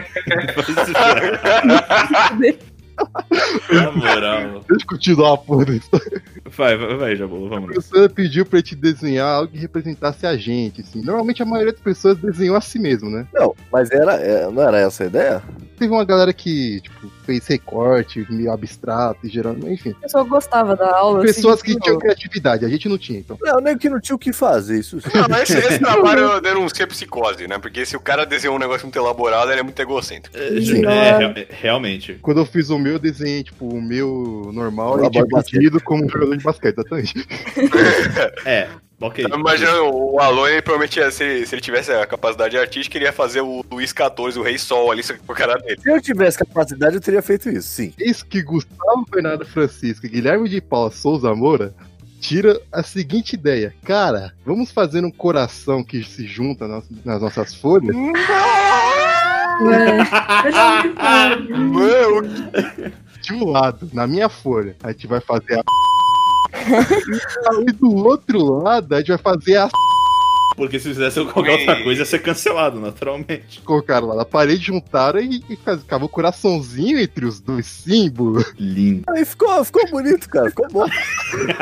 D: Na moral.
A: Deixa eu continuar a porra da história.
D: Vai, vai, vai, Jabolo, vamos
A: A
D: lá.
A: professora pediu pra gente desenhar algo que representasse a gente, assim. Normalmente a maioria das pessoas desenhou a si mesmo, né?
C: Não, mas era, é, não era essa a ideia?
A: Teve uma galera que, tipo, fez recorte, meio abstrato e gerando, enfim.
E: O pessoal gostava da aula. assim,
A: Pessoas
E: se
A: que tinham
E: ensinou.
A: criatividade, a gente não tinha, então.
C: Não, nem que não tinha o que fazer, isso sim.
F: *laughs* Não, esse, esse trabalho eu denuncia psicose, né? Porque se o cara desenhou um negócio muito elaborado, ele é muito egocêntrico.
D: É, gente,
E: Não.
D: é, real- é, realmente.
A: Quando eu fiz o meu, eu desenhei, tipo, o meu normal
C: Jogador
A: e
C: de
A: dividido como um jogador de basquete, exatamente.
D: É, ok.
F: Eu imagino Então, o Alone, ele provavelmente, ia- se, ele- se ele tivesse a capacidade artística, ele ia fazer o Luiz XIV, o Rei Sol ali, só que com a cara dele.
C: Se eu tivesse capacidade, eu teria feito isso, sim.
A: Eis que Gustavo Bernardo Francisco e Guilherme de Paula Souza Moura tira a seguinte ideia. Cara, vamos fazer um coração que se junta nas, nas nossas folhas?
C: Hum.
I: ué. Eu já ouvi falar.
A: É.
F: Mano,
A: De um lado, na minha folha, a *laughs* gente vai fazer a... Aí do outro lado, a gente vai fazer a *laughs*
D: Porque se fizesse qualquer outra coisa ia ser cancelado, naturalmente.
A: colocaram lá na parede, juntaram e, e faz- ficava o coraçãozinho entre os dois símbolos.
D: Lindo.
C: Aí ficou, ficou bonito, cara. Ficou bom. *laughs*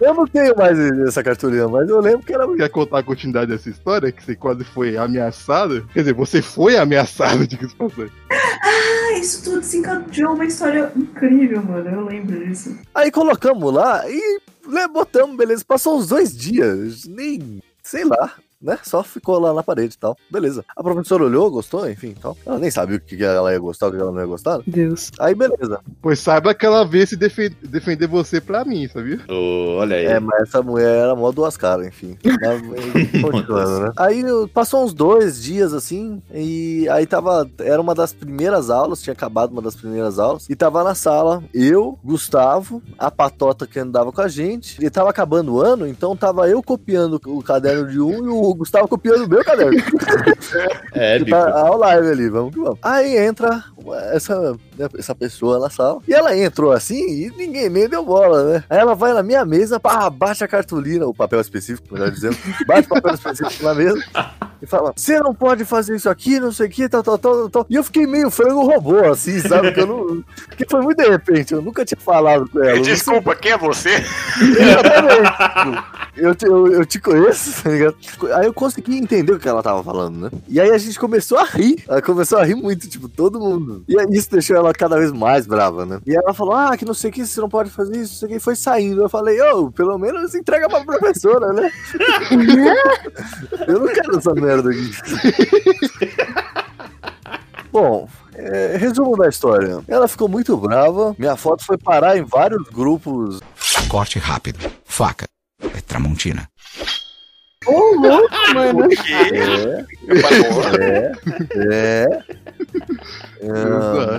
C: eu não tenho mais essa cartolina, mas eu lembro que era bonito.
A: Quer contar a continuidade dessa história? Que você quase foi ameaçado? Quer dizer, você foi ameaçado, *laughs* diga-se de passagem.
I: Ah, isso tudo se encadeou uma história incrível, mano. Eu lembro disso.
C: Aí colocamos lá e né, botamos, beleza. Passou uns dois dias, nem sei lá. Né? Só ficou lá na parede e tal. Beleza. A professora olhou, gostou, enfim tal. Ela nem sabia o que que ela ia gostar, o que ela não ia gostar.
E: Deus.
C: Aí beleza.
A: Pois saiba que ela veio se defen- defender você pra mim, sabia?
D: Ô, olha aí.
C: É, mas essa mulher era mó duas caras,
D: *laughs*
C: enfim. Mas, eh, continuando, né? Aí eu- passou uns dois dias assim, e aí tava. Era uma das primeiras aulas, tinha acabado uma das primeiras aulas, e tava na sala eu, Gustavo, a patota que andava com a gente, e tava acabando o ano, então tava eu copiando o caderno de um e o Gustavo copiando o meu caderno.
D: É,
C: Que
D: bico.
C: tá ao live ali, vamos que vamos. Aí entra essa, né, essa pessoa na sala. E ela entrou assim e ninguém nem deu bola, né? Aí ela vai na minha mesa, pá, bate a cartolina, o papel específico, melhor dizendo, *laughs* bate o papel específico na mesa. E fala, você não pode fazer isso aqui, não sei o que, tal, tal, tal, tal, tal. E eu fiquei meio frango robô, assim, sabe? Que eu não. *laughs* Porque foi muito de repente, eu nunca tinha falado com ela. eu não sei
F: Desculpa, quem é você?
C: Exatamente. Eu te, eu, eu te conheço, tá ligado? Aí eu consegui entender o que ela tava falando, né? E aí a gente começou a rir. Ela começou a rir muito, tipo, todo mundo. E aí isso deixou ela cada vez mais brava, né? E ela falou: ah, que não sei o que, você não pode fazer isso, não sei o que. E foi saindo. Eu falei: ô, pelo menos entrega pra professora, né? *laughs* eu não quero essa merda aqui. *laughs* Bom, é, resumo da história. Ela ficou muito brava. Minha foto foi parar em vários grupos
L: Corte rápido. Faca. É Tramontina.
I: Ô, louco,
A: *laughs*
I: mano.
C: É, é.
D: É.
C: Ah,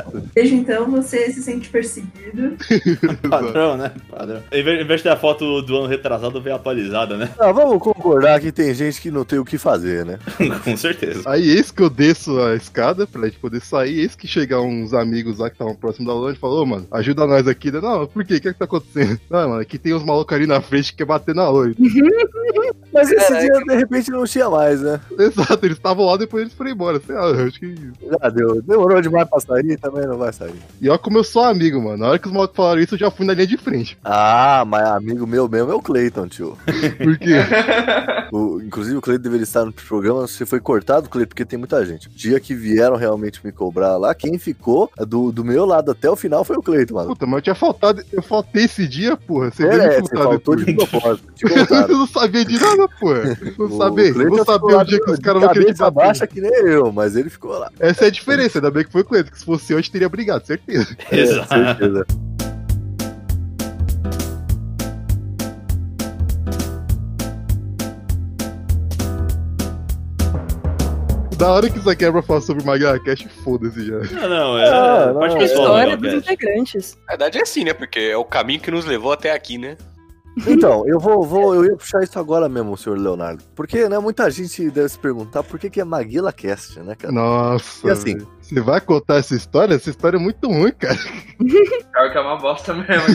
A: Exato,
I: Desde então você se sente perseguido.
A: exato.
D: Padrão, né? Padrão. Em vez, em vez de ter a foto do ano retrasado, veio atualizada, né? *laughs*
C: ah, vamos concordar que tem gente que não tem o que fazer, né?
D: Com certeza.
A: Aí eis que eu desço a escada pra gente poder sair, eis que chega uns amigos lá que estavam próximo da loja e falou, ô mano, ajuda nós aqui. Eu, Não, por quê? O que é que tá acontecendo? *laughs* Não, mano, aqui tem uns malucos ali na frente que quer bater na loja.
C: Mas esse
H: Caraca.
C: dia, de repente, não tinha mais, né?
A: Exato, eles estavam lá, depois eles foram embora. Sei lá, eu acho que é
C: Já Ah, deu. Demorou demais pra sair, também não vai sair.
A: E olha como eu sou amigo, mano. Na hora que os malucos falaram isso, eu já fui na linha de frente.
C: Ah, mas amigo meu mesmo é o Cleiton, tio.
I: *laughs*
A: Porque
C: O- inclusive, o Cleiton deveria estar no programa. Você foi cortado, Cleiton, porque tem muita gente. O dia que vieram realmente me cobrar lá, quem ficou do, do meu lado até o final foi o Cleiton, mano.
A: Puta, mas eu tinha faltado. Eu faltei esse dia, porra. Você veio me
C: Merece,
A: faltar
C: faltou
A: depois.
C: de propósito. Te
A: *laughs*
C: contaram.
A: eu não sabia de nada,
C: *laughs*
A: porra. Não
C: O
A: saber.
C: Cleiton
A: Vou saber
C: ficou lá
A: o dia que os
C: de
A: caras vão querer te
C: cabeça
A: bater.
C: baixa que nem eu, mas ele ficou lá.
A: Essa é a diferença. Ainda bem que foi com ele. Que se fosse hoje, teria brigado, certeza.
D: Exato.
C: É, certeza.
A: Da hora que o Zaquebra fala sobre o Magra Cash, foda-se já.
D: Não, não, é. é
C: não,
D: parte
C: é
D: pessoal.
E: História
D: do
E: dos
D: Elcast.
E: integrantes.
F: Na verdade é assim, né? Porque é o caminho que nos levou até aqui, né?
C: Então, eu vou, vou- eu ia puxar isso agora mesmo, senhor Leonardo. Porque, né, muita gente deve se perguntar por que, que é Maguila Cast, né, cara?
A: Nossa.
C: E assim,
A: velho. Você vai contar essa história? Essa história é muito ruim, cara.
H: Pior que é uma bosta mesmo.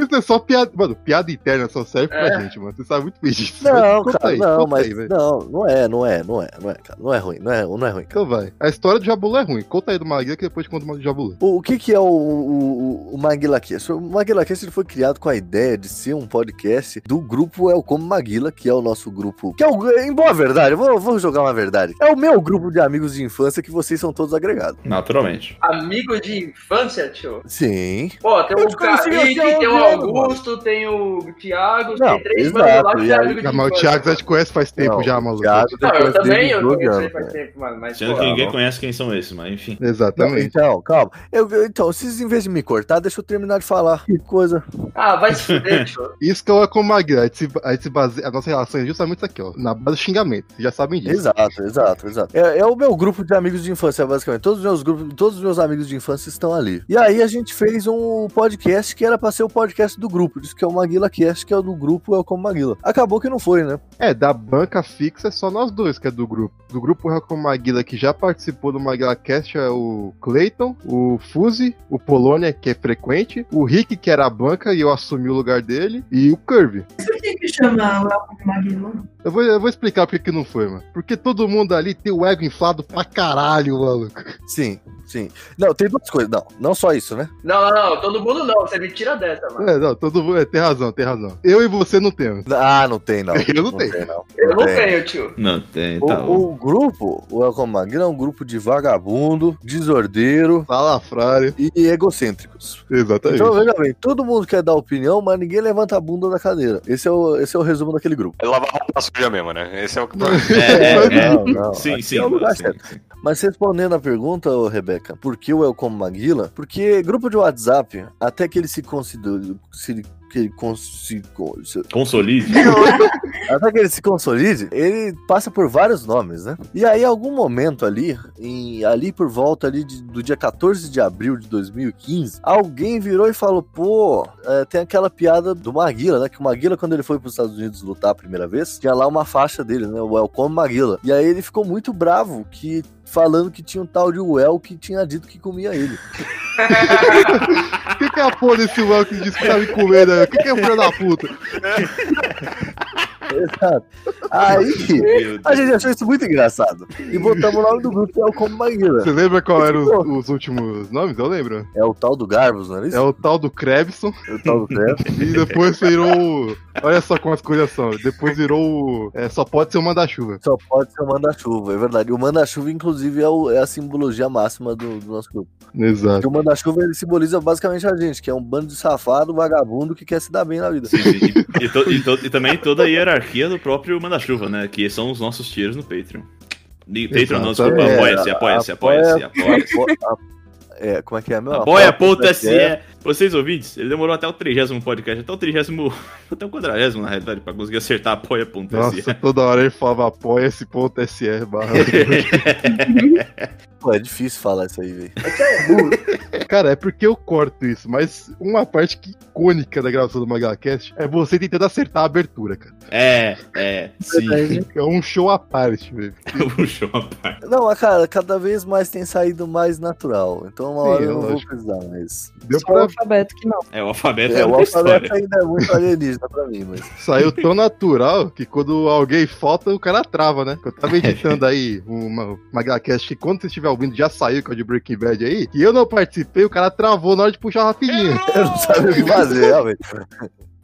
A: Isso é só piada. Mano, piada interna só serve pra gente, mano. Você sabe muito bem disso.
C: É. Não,
A: Conta
C: cara,
A: aí,
C: não,
A: conta
C: mas.
A: aí, velho.
C: não, não é, não é, não é, não é, cara. Não é ruim, não é, não é ruim.
A: Então vai. A história do Jabulu é ruim. Conta aí do Magra que depois conta do Jabulu.
C: O, o que, que é o, o, o Maguila Cast? O Maguila Cast ele foi criado com a ideia de ser um podcast do grupo El Como Maguila, que é o nosso grupo. Que é o, em boa verdade, eu vou, vou jogar uma verdade. É o meu grupo de amigos de infância que vocês são todos agregados.
D: Naturalmente.
H: Amigo de infância, tio.
C: Sim.
H: Pô, tem
C: Eu
H: o
C: te conheci,
H: Kaique,
C: eu tinha
H: tem o
C: onze anos,
H: Augusto, tem o Thiago,
C: Não,
H: tem três
C: exato,
H: mano lá que
C: e
H: é
C: aí-
H: amigo de
A: Ah, mas o
H: infância.
A: Thiago já te conhece faz tempo
C: Não,
A: já,
C: o
A: maluco.
C: Thiago
H: Não, eu
C: conheço
H: também,
C: desde
H: eu
C: os 12
H: conheci
C: anos,
H: faz
C: cara.
H: tempo, mano. Mas,
D: Sendo
H: pô,
D: que ninguém
C: não.
D: conhece quem são esses, mas enfim.
C: Não,
A: Exatamente.
C: então, calma. Eu- eu- então, vocês em vez de me cortar, deixa eu terminar de falar. Que coisa.
A: *laughs*
H: Ah, vai se fuder, fechou.
A: Isso que eu é com o Magri. A, gente se- a, gente se baseia- a nossa relação é justamente isso aqui, ó. Na base do xingamento. Vocês já sabem disso.
C: Exato, exato, exato. É, é o meu grupo de amigos de infância, basicamente. Todos os meus grupos, todos os meus amigos de infância estão ali. E aí a gente fez um podcast que era pra ser o podcast do grupo. Diz que é o Maguila Cast, que é o do grupo Eu Como Maguila. Acabou que não foi, né?
A: É, da banca fixa é só nós dois que é do grupo. Do grupo é com o Maguila, que já participou do Maguila Cast, é o Clayton, o Fuse, o Polônia, que é frequente, o Rick, que era a banca e eu assumi o lugar dele, e o Curve.
I: Mas por que que chama o Elfo de Maguila?
A: Eu vou, eu vou explicar por que que não foi, mano. Porque todo mundo ali tem o ego inflado pra caralho, maluco.
C: Sim, sim. Não, tem duas coisas. Não, não só isso, né?
H: Não, não, não, todo mundo não, você me tira dessa, mano.
A: É, não, todo mundo. É, tem razão, tem razão. Eu e você não temos.
C: Ah, não tem, não.
A: *laughs* Eu não tenho. Então.
C: tem, não.
H: Eu não
C: tem.
H: tenho, tio.
D: Não tem,
C: O,
D: tá bom.
C: o grupo, o Elcom Maguila, é um grupo de vagabundo, desordeiro
A: Fala, Frari.
C: e egocêntricos.
A: Exatamente.
C: Então, veja bem, todo mundo quer dar opinião, mas ninguém levanta a bunda da cadeira. Esse é o, esse é o resumo daquele grupo.
F: É lavar roupa suja mesmo, né? Esse é o que problema.
D: É, é, é.
C: Não, não.
D: Sim,
C: aqui
D: sim,
C: é o lugar
D: sim,
C: certo.
D: sim.
C: Mas respondendo a pergunta, ô, Rebeca, por que o Eu Como Maguila? Porque grupo de WhatsApp, até que ele se considere. Se, que ele cons- se con- se-
D: Consolide.
C: até que ele se consolide, ele passa por vários nomes, né? E aí, em algum momento ali, em- ali por volta ali de- do dia 14 de abril de 2015, alguém virou e falou: pô, é, tem aquela piada do Maguila, né? Que o Maguila, quando ele foi para os Estados Unidos lutar a primeira vez, tinha lá uma faixa dele, né? O Welcome Maguila. E aí ele ficou muito bravo que. Falando que tinha um tal de Well que tinha dito que comia ele.
A: O que, que é a porra desse mano que diz que tá me comendo? aí? O que, que é filho da puta?
C: Exato. Aí
D: Meu
C: a
D: Deus.
C: gente achou isso muito engraçado. E botamos o nome do grupo, que é o Como Maguila.
A: Você lembra qual eram os, os últimos nomes? Eu lembro.
C: É o tal do Garbus, não é isso?
A: É o tal do Krebson.
C: É o tal do Trevor.
A: E depois virou. o- Olha só como as coisas são. Depois virou. o- É, só pode ser o manda-chuva.
C: Só pode ser o manda-chuva, é verdade. O manda-chuva, inclusive, é, o- é a simbologia máxima do, do nosso grupo.
A: Exato.
C: Porque o manda-chuva ele simboliza basicamente a gente, que é um bando de safado, vagabundo que quer se dar bem na vida.
D: Sim, sim. E, e to- e to- e também toda a hierarquia do próprio Manda-Chuva, né? Que são os nossos tiros no Patreon. Ni- Patreon não, desculpa,
A: Exatamente.
D: apoia-se, É, apoia-se, apoia-se, apoia-se.
C: Apo- a- É, como é que é, meu?
D: Apoia.se. Vocês ouvintes, ele demorou até o 30 podcast, até o 30. *laughs* Até o 40 na realidade, pra conseguir acertar *laughs* apoia.se.
A: Nossa, toda hora ele falava apoia.se
D: *laughs*
A: barra.
C: Pô, é difícil falar isso aí, velho.
A: Cara, é porque eu corto isso, mas uma parte que icônica da gravação do MagaCast é você tentando acertar a abertura, cara.
D: É, é, sim.
C: Verdade.
A: É um show à
D: *laughs*
A: parte, velho.
D: Puxou a parte.
C: Não, mas cara, cada vez mais tem saído mais natural. Então uma
A: Sim,
C: hora
A: é
C: eu não
A: lógico.
C: vou precisar mais.
A: Deu
E: Só o
A: pra...
E: alfabeto que não.
D: É, o alfabeto é,
C: É, o
D: outra história.
C: alfabeto ainda é muito alienígena pra mim, mas.
A: Saiu
C: *laughs*
A: tão natural que quando alguém falta, o cara trava, né? Eu
C: É.
A: tava editando aí uma MagaCast que quando você estiver ouvindo já saiu, que é o de Breaking Bad aí, e eu não participei, o cara travou na hora de puxar rapidinho.
C: Eu não sabia o que fazer, realmente.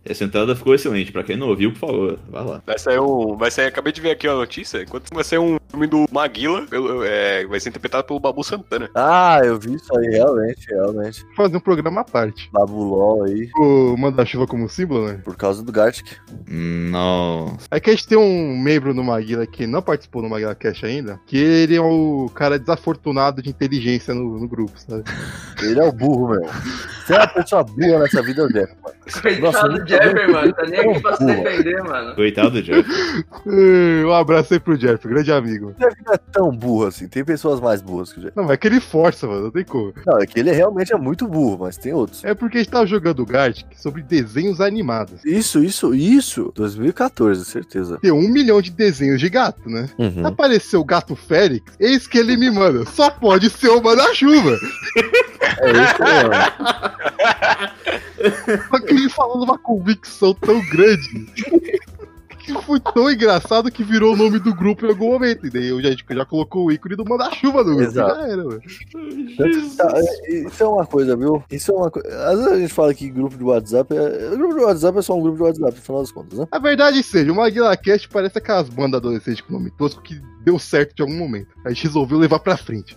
D: Essa entrada ficou excelente, pra quem não ouviu, por favor, vai lá.
F: Vai sair um. Vai sair, acabei de ver aqui a notícia. Enquanto vai ser um filme do Maguila, pelo- é, vai ser interpretado pelo Babu Santana.
C: Ah, eu vi isso aí, realmente, realmente.
A: Fazer um programa à parte.
C: né? Babulol aí,
A: o manda-chuva como símbolo, né?
C: por causa do Gartic.
D: Nossa.
A: É que a gente tem um membro no Maguila que não participou do Maguila Cash ainda, que ele é o cara desafortunado de inteligência no, no grupo, sabe?
C: Ele é o burro, meu. Você é uma pessoa burra nessa vida, o Jeff, mano. Nossa,
H: Coitado
C: nunca
H: do Jeffer,
C: vi-
H: mano. Tá nem aqui pra se
C: Porra.
H: defender, mano.
D: Coitado, Jeff.
A: um abraço aí pro Jeff, grande amigo.
C: O Jeff não é tão burro assim. Tem pessoas mais burras que o Jeff.
A: Não, é que ele força, mano, não tem como.
C: Não, é que ele realmente é muito burro, mas tem outros.
A: É porque a gente tava jogando o Gartic sobre desenhos animados.
C: Isso, isso, isso. 2014, certeza.
A: Tem um milhão de desenhos de gato, né?
C: Uhum.
A: Apareceu o gato Félix, eis que ele me manda. Só pode ser o manda-chuva.
C: É isso mesmo.
A: Só que ele falou numa convicção tão grande. Que foi tão engraçado que virou o nome do grupo em algum momento. E daí eu já, já colocou o ícone do manda-chuva no grupo.
C: Exato.
A: Já era, mano.
C: Tá, Isso é uma coisa, viu? Isso é uma coisa. Às vezes a gente fala que grupo de WhatsApp é. Grupo de WhatsApp é só um grupo de WhatsApp, no final das contas, né?
A: A verdade é seja, o Maguila Cast parece aquelas bandas adolescentes com nome tosco que deu certo de algum momento. A gente resolveu levar pra frente.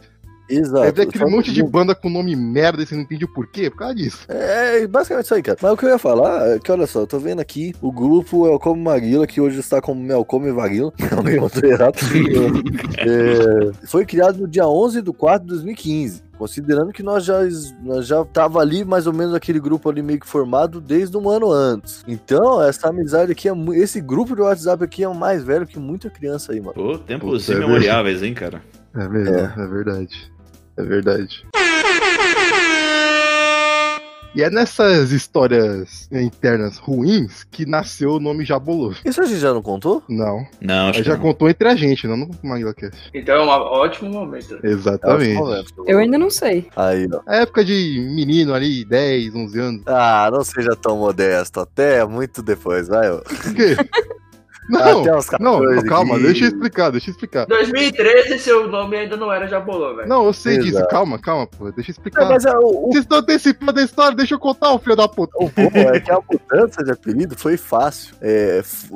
C: Exato.
A: Deve ter aquele
C: Só-
A: monte de banda com nome merda e você não entende o porquê por causa disso.
C: É, é basicamente isso aí, cara. Mas o que eu ia falar é que, olha só, eu tô vendo aqui o grupo é o Como Maguila, que hoje está como Melcome e *laughs* Vaguila. Alguém botou errado. É, foi criado no dia 11 de 4 de 2015. Considerando que nós já, es- nós já tava ali, mais ou menos, aquele grupo ali meio que formado desde um ano antes. Então, essa amizade aqui, é, mu- esse grupo de WhatsApp aqui é mais velho que muita criança aí, mano.
D: Pô, tempos
A: Puta, é
D: imemoriáveis, hein, cara?
A: É mesmo, é. verdade. É verdade. E é nessas histórias internas ruins que nasceu o nome Jaboloso.
C: Isso a gente já não contou?
A: Não.
D: Não, acho
A: Mas
D: que
A: já
D: não.
A: contou entre a gente, não no MaglaCast.
H: Então é um ótimo momento.
C: É
A: Exatamente.
E: Eu ainda não sei.
C: Aí, ó.
A: A época de menino ali, 10, 11 anos.
C: Ah, não seja tão modesto. Até muito depois, vai. ó.
A: Por
C: *laughs*
A: quê? Não,
C: Até os
A: não,
C: 14
A: calma,
C: que-
A: deixa eu explicar, deixa eu explicar.
H: 2013 seu nome ainda não era Jabolô, velho.
A: Não, eu sei disso,
C: Exato.
A: calma, calma, pô, deixa eu explicar.
C: Não, mas é, o, o
A: Vocês estão antecipando a história, deixa eu contar, ô filho da puta.
C: o bom é que a mudança de apelido foi fácil é, f-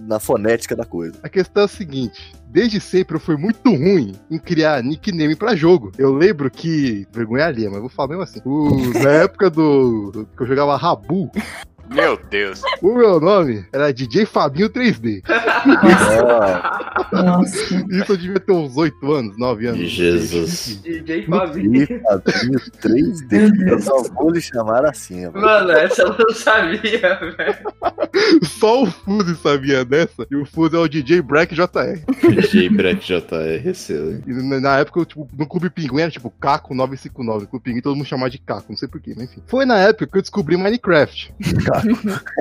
C: na fonética
A: *laughs*
C: da coisa.
A: A questão é a seguinte: desde sempre eu fui muito ruim em criar nickname pra jogo. Eu lembro que. Vergonha alheia, mas eu vou falar mesmo assim. o- na época do. do- que eu jogava Rabu,
F: Meu Deus.
A: o meu nome era DJ Fabinho 3D.
I: *laughs* Nossa.
A: Isso eu devia ter uns 8 anos, 9 anos.
D: Jesus.
H: DJ
C: E
H: Fabi.
C: Fabinho 3D.
I: Meu Deus.
C: Eu só vou lhe chamar assim, ó.
H: Mano, essa eu não sabia, velho.
A: Só o Fuse sabia dessa. E o Fuse é o DJ Black JR.
D: DJ Breck JR, excelente.
A: E na na época, eu, tipo, no Clube Pinguim era tipo Caco 959. Clube Pinguim todo mundo chamava de Caco, não sei porquê, mas enfim. Foi na época que eu descobri Minecraft. *laughs*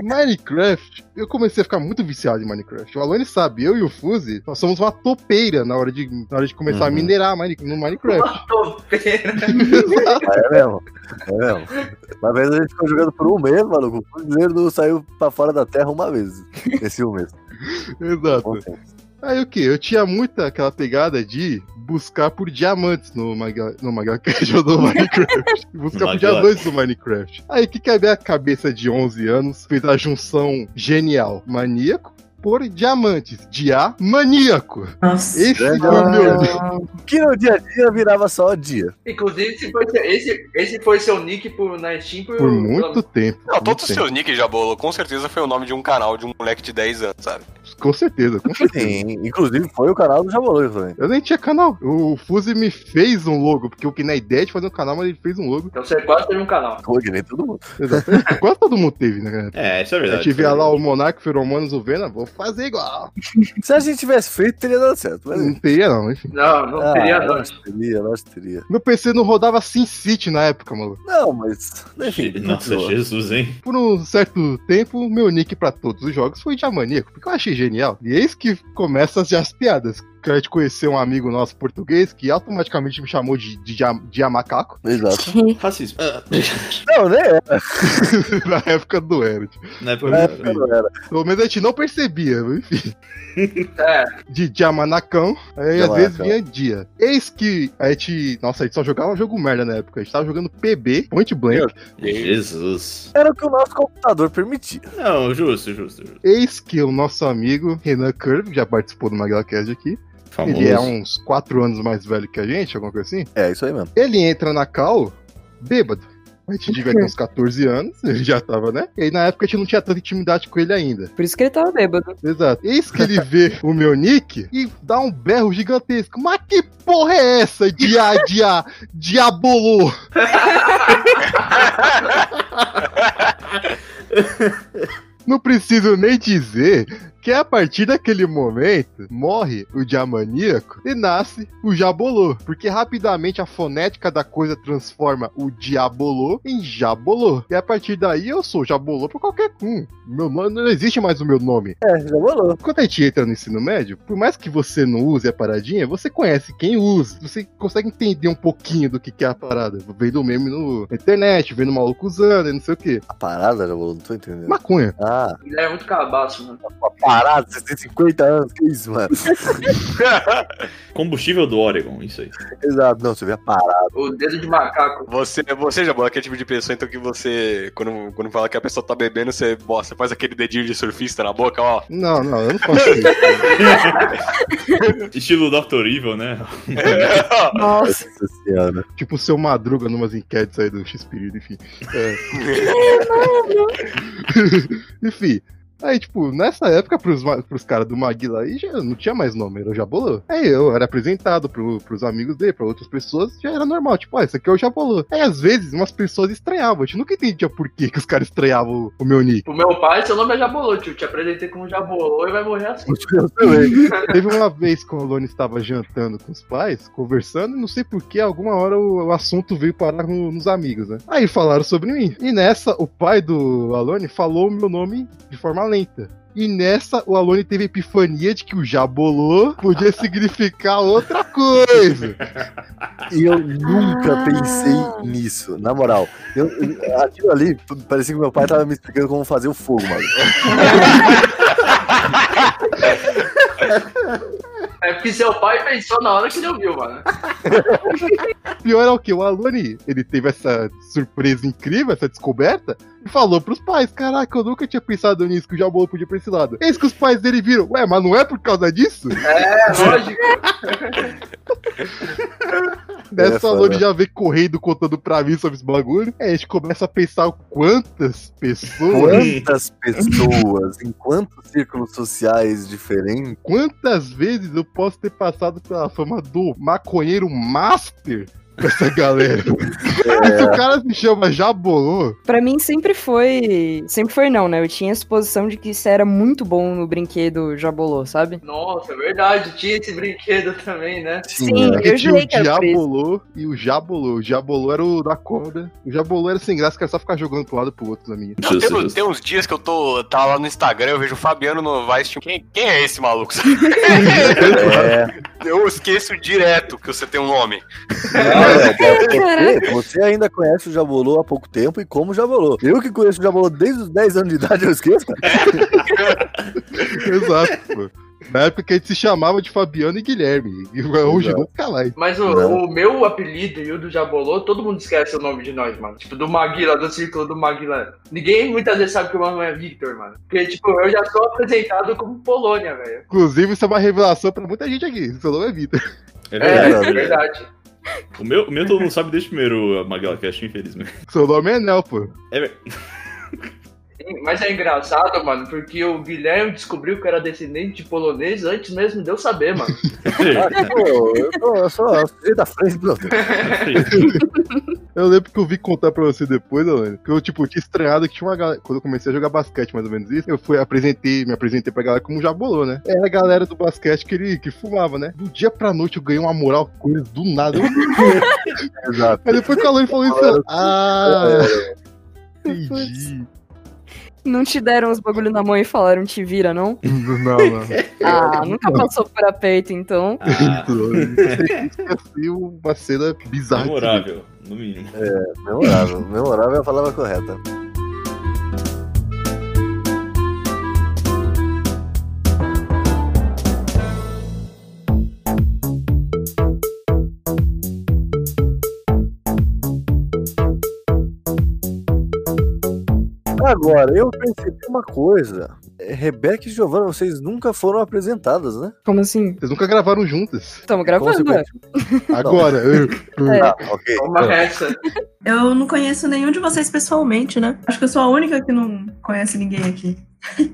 A: Minecraft, eu comecei a ficar muito viciado em Minecraft. O Alone sabe, eu e o Fuse, nós somos uma topeira na hora de, na hora de começar a
D: Uhum.
A: minerar Mine- no Minecraft.
H: Topeira.
C: Ah, é mesmo? É mesmo? Uma vez a gente ficou jogando por um mês, maluco. O brasileiro não saiu pra fora da terra uma vez. Esse um mês.
A: Exato. Aí o que? Eu tinha muita aquela pegada de buscar por diamantes no Maga- no Magacast *laughs* ou no Minecraft. buscar por
D: Maga-
A: diamantes no Minecraft. Aí o que, que a minha cabeça de 11 anos fez a junção genial? Maníaco por diamantes. De A, maníaco.
I: Nossa.
A: Esse foi o *laughs* meu.
C: Que no dia a dia é, virava só dia.
H: Inclusive, esse foi, seu- esse, esse foi seu nick por, na Steam por,
A: Por muito tempo.
F: Não, todos os
A: Muito tempo.
F: seus nicks Jabolo, com certeza foi o nome de um canal de um moleque de 10 anos,
H: *laughs*
F: sabe?
A: Com certeza, com certeza.
C: Sim, inclusive foi o canal do Jabolô também.
A: Eu nem tinha canal. O Fuse me fez um logo, porque eu que na ideia de fazer um canal, mas ele fez um logo.
H: Então você quase teve um canal.
C: Pô, que nem todo mundo.
D: *laughs*
A: Exatamente. Quase todo mundo teve, né, cara?
D: É, isso é verdade.
A: Eu tive lá o Monarca, Feromonas, o Vena, vou fazer igual.
C: Se a gente tivesse feito, teria dado certo. Mas...
A: Não teria, não, enfim.
H: Não, não
C: Ah,
H: teria
C: nós
H: nós.
C: teria, nós teria.
A: Meu PC não rodava SimCity na época, maluco.
C: Não, mas. Enfim,
D: Ge- Nossa,
C: continua.
D: Jesus, hein?
A: Por um certo tempo, meu nick pra todos os jogos foi Diamaníaco, porque eu achei genial. E eis que começa as, as piadas. Que a gente conheceu um amigo nosso português que automaticamente me chamou de, de, dia- Diamacaco
C: *laughs* Exato.
D: Racismo. Ah,
C: *laughs* Não, nem é. era,
A: *laughs* na época do Herod.
D: na época,
A: É,
D: cara.
C: não era.
A: Pelo menos a gente não percebia, viu? enfim.
H: É,
A: De Diamanacão, aí às
C: Diamanacão.
A: vezes vinha dia. Eis que a gente. Nossa, a gente só jogava jogo merda na época. A gente tava jogando PB, Point Blank.
D: Jesus.
C: Era o que o nosso computador permitia.
D: Não, justo, justo, justo.
A: Eis que o nosso amigo Renan Curve, já participou do Magalcast aqui,
D: Famoso.
A: Ele é uns 4 anos mais velho que a gente, alguma coisa assim.
C: É, isso aí mesmo.
A: Ele entra na cal bêbado. A gente devia ter uns 14 anos, *laughs* ele já tava, né? E aí, na época a gente não tinha tanta intimidade com ele ainda.
E: Por isso que ele tava bêbado.
A: Exato. Eis que
E: *laughs*
A: ele vê o meu nick e dá um berro gigantesco. Mas que porra é essa? Dia, dia, diabolô! Não preciso nem dizer que é a partir daquele momento morre o diamaníaco e nasce o jabolô. Porque rapidamente a fonética da coisa transforma o diabolô em jabolô. E a partir daí eu sou jabolô pra qualquer um. Meu nome não existe mais o meu nome.
C: É, já rolou.
A: Quando a gente entra no ensino médio, por mais que você não use a paradinha, você conhece quem usa. Você consegue entender um pouquinho do que, que é a parada. Vendo meme no na internet, vendo maluco usando e não sei o quê.
C: A parada, já rolou, não tô entendendo.
A: Maconha.
C: Ah,
H: ele era muito cabaço, mano.
C: a parada, você tem 50 anos, que isso, mano?
H: Ah,
D: Combustível do Oregon,
H: *laughs*
D: isso aí.
C: Exato, não, você vê a parada.
H: O dedo de macaco.
F: Você, você Jabolo, é aquele tipo de pessoa, então que você, quando, quando fala que a pessoa tá bebendo, você, ó, você faz aquele dedinho de surfista na boca, ó.
A: Não, não, eu não faço
C: *laughs*
A: isso.
D: Estilo Dr. Evil,
H: *laughs*
D: né?
E: Nossa.
C: Nossa senhora.
A: Tipo o seu Madruga numas enquetes aí do X-Período, enfim. É. enfim, Aí, tipo, nessa época, pros, ma- pros caras do Maguila aí, já não tinha mais nome, era o Jabolô. Aí eu era apresentado pro, pros amigos dele, pra outras pessoas, já era normal. Tipo, ah, isso aqui é o Jabolô. Aí, às vezes, umas pessoas estranhavam. A gente nunca entendia por que, que os caras estranhavam o- o meu nick.
H: O meu pai, seu nome é Jabolô, tio. Te apresentei como Jabolô e vai morrer assim.
A: *laughs* Eu também. Teve uma vez que o Alone estava jantando com os pais, conversando, e não sei porquê, alguma hora o, o assunto veio parar no- nos amigos, né? Aí falaram sobre mim. E nessa, o pai do Alone falou o meu nome de forma lenta. E nessa, o Alone teve a epifania de que o jabolô podia significar outra coisa.
C: E eu nunca pensei nisso, na moral. Eu, eu- aquilo ali, p- parecia que meu pai tava me explicando como fazer o fogo, mano.
H: É porque seu pai pensou na hora que ele ouviu, mano.
A: *laughs* Pior é o que? O Alone, ele teve essa surpresa incrível, essa descoberta, e falou pros pais: Caraca, eu nunca tinha pensado nisso, que o jabolô podia ir pra esse lado. Eis que os pais dele viram: Ué, mas não é por causa disso?
H: É, lógico.
A: *laughs* Nessa
C: É,
A: essa
C: foda.
A: Lone já vem correndo contando pra mim sobre esse bagulho. Aí a gente começa a pensar quantas pessoas,
C: Quantas pessoas, em quantos círculos sociais diferentes.
A: quantas vezes eu posso ter passado pela fama do maconheiro master com essa
E: *laughs*
A: galera.
E: É.
A: E se o cara se chama Jabolô,
E: Pra mim sempre foi. Sempre foi não, né? Eu tinha a suposição de que isso era muito bom no brinquedo Jabolô, sabe?
H: Nossa, é verdade. Tinha esse brinquedo também, né?
E: Sim,
A: porque
E: eu
A: tinha o
E: jurei que era por isso.
A: Diabolô e o Jabolô. O Jabolô era o da corda. O Jabolô era sem graça, que era só ficar jogando pro lado e pro outro na minha.
F: Não,
D: Justo,
F: *laughs* tem,
D: justo.
F: tem uns dias que eu tô tá lá no Instagram, eu vejo o Fabiano Novaes, tipo, quem, quem é esse
A: *laughs*
F: maluco? *laughs*
C: É,
F: eu esqueço direto que você tem um nome.
E: Caraca.
C: Ei, É, Você ainda conhece o Jabolô há pouco tempo e como Jabolô. Eu que conheço o Jabolô desde os 10 anos de idade, eu esqueço, cara.
A: *laughs* Exato, pô. Na época que a gente se chamava de Fabiano e Guilherme. E hoje
C: Exato.
A: nunca mais.
H: Mas o,
C: Não.
H: o meu apelido e o do Jabolô, todo mundo esquece o nome de nós, mano. Tipo, do Maguila, do círculo do Maguila. Ninguém muitas vezes sabe que o meu nome é Victor, mano. Porque, tipo, eu já sou apresentado como Polônia, velho.
A: Inclusive, isso é uma revelação pra muita gente aqui. Seu nome é Vitor.
D: É
H: É,
D: verdade.
H: é verdade.
D: O, meu, o meu todo mundo sabe desde o primeiro Maguila Cast, infelizmente.
A: Seu nome é Nel, pô.
D: É ver-
H: Mas é engraçado, mano, porque o Guilherme descobriu que era descendente de polonês antes mesmo de eu saber, mano.
C: Pô, É, eu, tô, eu sou eu sou da frente do
A: *laughs* Eu lembro que eu vi contar pra você depois, Alane, que eu, tipo, tinha estranhado que tinha uma galera. Quando eu comecei a jogar basquete, mais ou menos isso, eu fui, apresentei, me apresentei pra galera como jabolô, né? Era a galera do basquete que ele que fumava, né? Do dia pra noite eu ganhei uma moral com eles do nada. Eu...
C: *laughs* Exato.
A: Aí depois que a Alane falou isso, eu... ah,
C: *laughs*
A: entendi.
E: Não te deram os bagulho na mão e falaram te vira, não?
A: Não,
D: *laughs*
A: não.
E: Ah, nunca passou por apeito, então.
D: Ah,
A: Esqueci uma cena bizarra. de se ver.
D: memorável, no mínimo.
C: Memorável. Memorável é a palavra correta.
E: Agora,
C: Eu percebi uma coisa. É, Rebeca e Giovanna, vocês nunca foram apresentadas, né?
E: Como assim?
A: Vocês nunca gravaram juntas.
E: Estamos gravando. né?
C: Consequentemente.
E: *laughs*
A: Agora, eu-
C: Ah, ok.
H: Uma essa.
I: Eu não conheço nenhum de vocês pessoalmente, né? Acho que eu sou a única que não conhece ninguém aqui.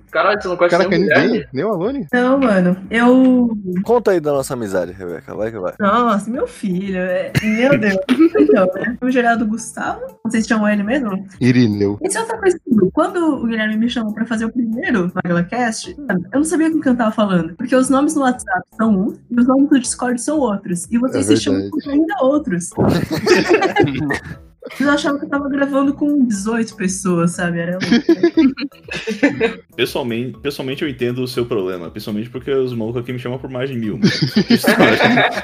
H: Caralho, você não conhece
A: caraca,
H: nenhum Guilherme?
A: ninguém, nem o Alone.
I: Não, mano. Eu.
C: Conta aí da nossa amizade, Rebeca. Vai que vai.
I: Nossa, meu filho. é- Meu Deus. Então, né? O Geraldo Gustavo. Vocês chamam ele mesmo?
A: Irineu.
I: Isso é outra coisa. que- Quando o Guilherme me chamou pra fazer o primeiro MaglaCast, mano, eu não sabia com quem eu tava falando. Porque os nomes no WhatsApp são uns e os nomes no Discord são outros. E vocês
A: É
I: se chamam
A: verdade.
I: por ainda
A: *laughs*
I: outros. Eu achava que eu tava gravando com 18 pessoas, sabe? Era um-
D: Pessoalmente, pessoalmente eu entendo o seu problema. Principalmente porque os malucos aqui me chamam por mais de mil. mano. Isso é vai-
C: *laughs*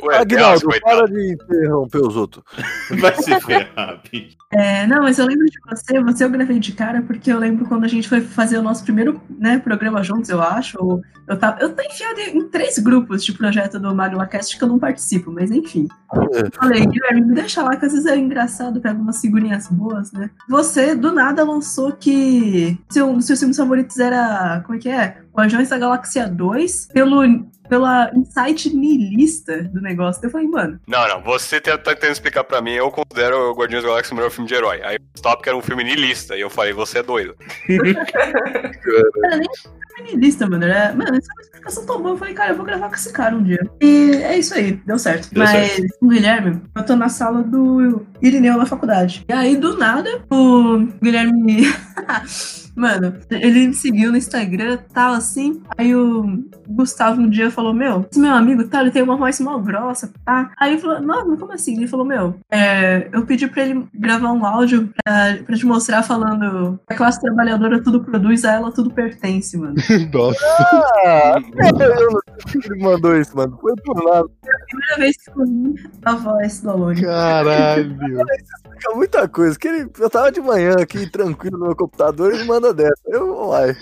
F: Ué, Deus,
C: Aguinaldo,
F: coitado.
C: para de interromper os outros.
D: *laughs* vai se ferrar, bicho.
I: É, não, mas eu lembro de você, você eu gravei de cara, porque eu lembro quando a gente foi fazer o nosso primeiro né, programa juntos, eu acho. ou eu, tava, eu tô enfiada em três grupos de projeto do MaglaCast que eu não participo, mas enfim. Eu falei, Guilherme, me deixa lá, que às vezes é engraçado, pega umas figurinhas boas, né? Você, do nada, lançou um, que seu, seus filmes favoritos era. Como é que é? Guardiões da Galáxia 2, pelo pela insight niilista do negócio. Eu falei, mano,
F: Não, não, você tá tá tentando explicar pra mim, eu considero o Guardiões da Galáxia o melhor filme de herói. Aí o Stop que era um filme niilista, e eu falei, você é doido.
I: não era nem feminilista, mano. Era, mano, essa é uma explicação tão boa. Eu falei, cara, eu vou gravar com esse cara um dia. E é isso aí, deu certo.
F: Deu
I: Mas com o Guilherme, eu tô na sala do Irineu na faculdade. E aí, do nada, o Guilherme. *laughs* Mano, ele me seguiu no Instagram e tal, assim. Aí o Gustavo um dia falou: Meu, esse meu amigo tal, ele tem uma voz mal grossa, pá. Aí ele falou: Nossa, mas como assim? Ele falou: Meu, é, eu pedi pra ele gravar um áudio pra, pra te mostrar falando: A classe trabalhadora tudo produz, a ela tudo pertence, mano.
A: *laughs* Nossa.
C: Ah, eu não sei que ele mandou isso, mano. Foi do lado.
I: primeira vez que eu ouvi a voz do Alone. *laughs*
A: Caralho.
C: Fica muita coisa. Que ele, eu tava de manhã aqui, tranquilo no meu computador, ele manda dessa. Eu, uai.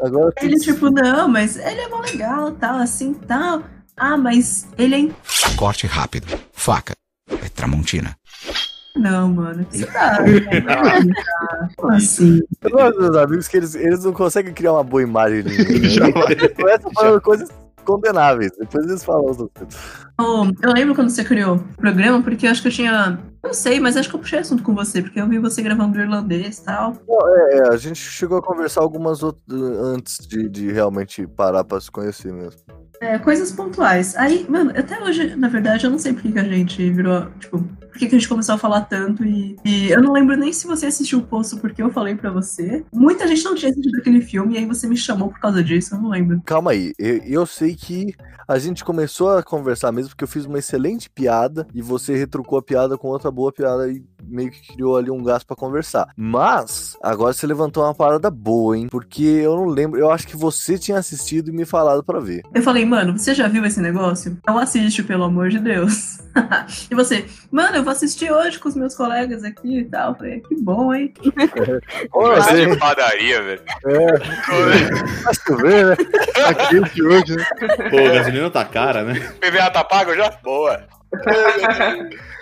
C: Agora
I: Ele, tipo, não, mas ele é mó legal, tal, assim, tal. Ah, mas ele é. in-
L: Corte rápido. Faca. É Tramontina.
I: Não, mano. Isso dá. Não, Como assim?
C: eu gosto dos meus amigos que eles, eles não conseguem criar uma boa imagem de mim.
D: *laughs*
C: né? Eles começam falando coisas condenáveis. Depois eles falam as outras.
I: Eu, eu lembro quando você criou o programa, porque eu acho que eu tinha. Não sei, mas acho que eu puxei assunto com você, porque eu vi você gravando irlandês e tal.
C: É, a gente chegou a conversar algumas outras antes de, de realmente parar pra se conhecer mesmo.
I: É, coisas pontuais. Aí, mano, até hoje, na verdade, eu não sei por que que a gente virou. Tipo, por que que a gente começou a falar tanto e, e eu não lembro nem se você assistiu o post porque eu falei pra você. Muita gente não tinha assistido aquele filme e aí você me chamou por causa disso, eu não lembro.
C: Calma aí, eu, eu sei que a gente começou a conversar mesmo porque eu fiz uma excelente piada e você retrucou a piada com outra boa piada e meio que criou ali um gás pra conversar. Mas agora você levantou uma parada boa, hein? Porque eu não lembro, eu acho que você tinha assistido e me falado pra ver.
I: Eu falei, mano, você já viu esse negócio? Não assiste, pelo amor de Deus. *laughs* e você, mano, eu vou assistir hoje com os meus colegas aqui e tal. Eu falei, que bom, hein?
F: Conversa de padaria, velho. *laughs* É.
C: Mas tu vê, *laughs* né?
A: Tá quente hoje, né?
D: Pô, a gasolina tá cara, né?
F: PVA tá pago já? Boa.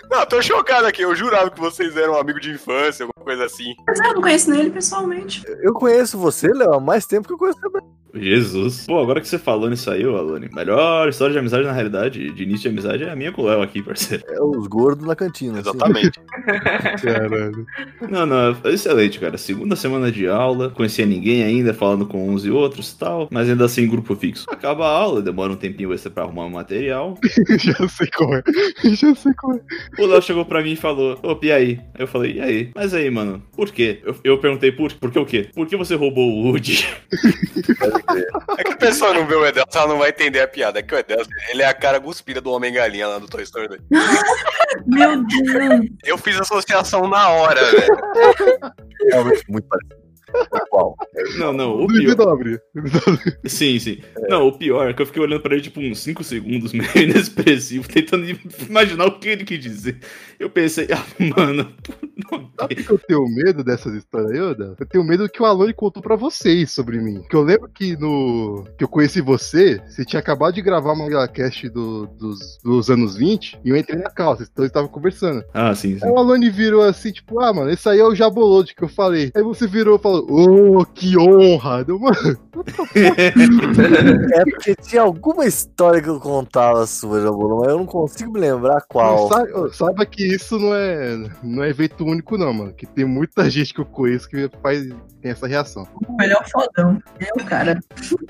F: Não, tô chocado aqui. Eu jurava que vocês eram um amigo de infância, alguma coisa assim.
I: Mas ah, eu não conheço nem ele pessoalmente.
C: Eu conheço você, Léo, há mais tempo que eu conheço também.
D: Jesus. Pô, agora que você falou nisso aí, ô Alone, melhor história de amizade na realidade, de início de amizade, é a minha com o Léo aqui, parceiro.
C: É os gordos na cantina. assim.
F: Exatamente.
A: Caralho.
D: Não, não, foi excelente, cara. Segunda semana de aula, conhecia ninguém ainda, falando com uns e outros e tal, mas ainda assim grupo fixo. Acaba a aula, demora um tempinho extra pra arrumar o material.
A: *laughs* Já sei qual é. *laughs* Já sei qual é.
D: O Léo chegou pra mim e falou, opa, e aí? Eu falei, e aí? Mas aí, mano, por quê? Eu, eu perguntei, por, por que o quê? Por que você roubou o Woody? *laughs*
F: É que a pessoa não vê o Edelson, ela não vai entender a piada. É que o Edelson, ele é a cara guspida do Homem-Galinha lá do Toy Story. dois.
I: Meu Deus. *laughs*
F: Eu fiz associação na hora, velho.
C: *laughs* Realmente muito parecido. Qual?
D: Não, não, o
A: Me
D: pior...
A: dobre. Me dobre.
D: Sim, sim. Não, o pior é que eu fiquei olhando pra ele, tipo, uns 5 segundos, *laughs* meio inexpressivo, tentando imaginar o que ele quis dizer. Eu pensei, ah, mano, não
A: Sabe o que eu tenho medo dessas histórias aí, Oda? Eu tenho medo que o Alone contou pra vocês sobre mim. Que eu lembro que no. que eu conheci você, você tinha acabado de gravar uma MangaCast do, dos, dos anos 20 e eu entrei na calça, então eu tava conversando.
D: Ah, sim,
A: Aí
D: sim.
A: o Alone virou assim, tipo, ah, mano, esse aí é o Jabolode que eu falei. Aí você virou e falou, oh, que honra! Deu, *laughs* mano,
C: *laughs* É porque tinha alguma história que eu contava sua, Jabulão, mas eu não consigo me lembrar qual.
A: sa- ó, saiba que isso não é, não é evento único, não, mano. Que tem muita *laughs* gente que eu conheço que faz, tem essa reação.
I: Ele é um fodão. Eu, cara.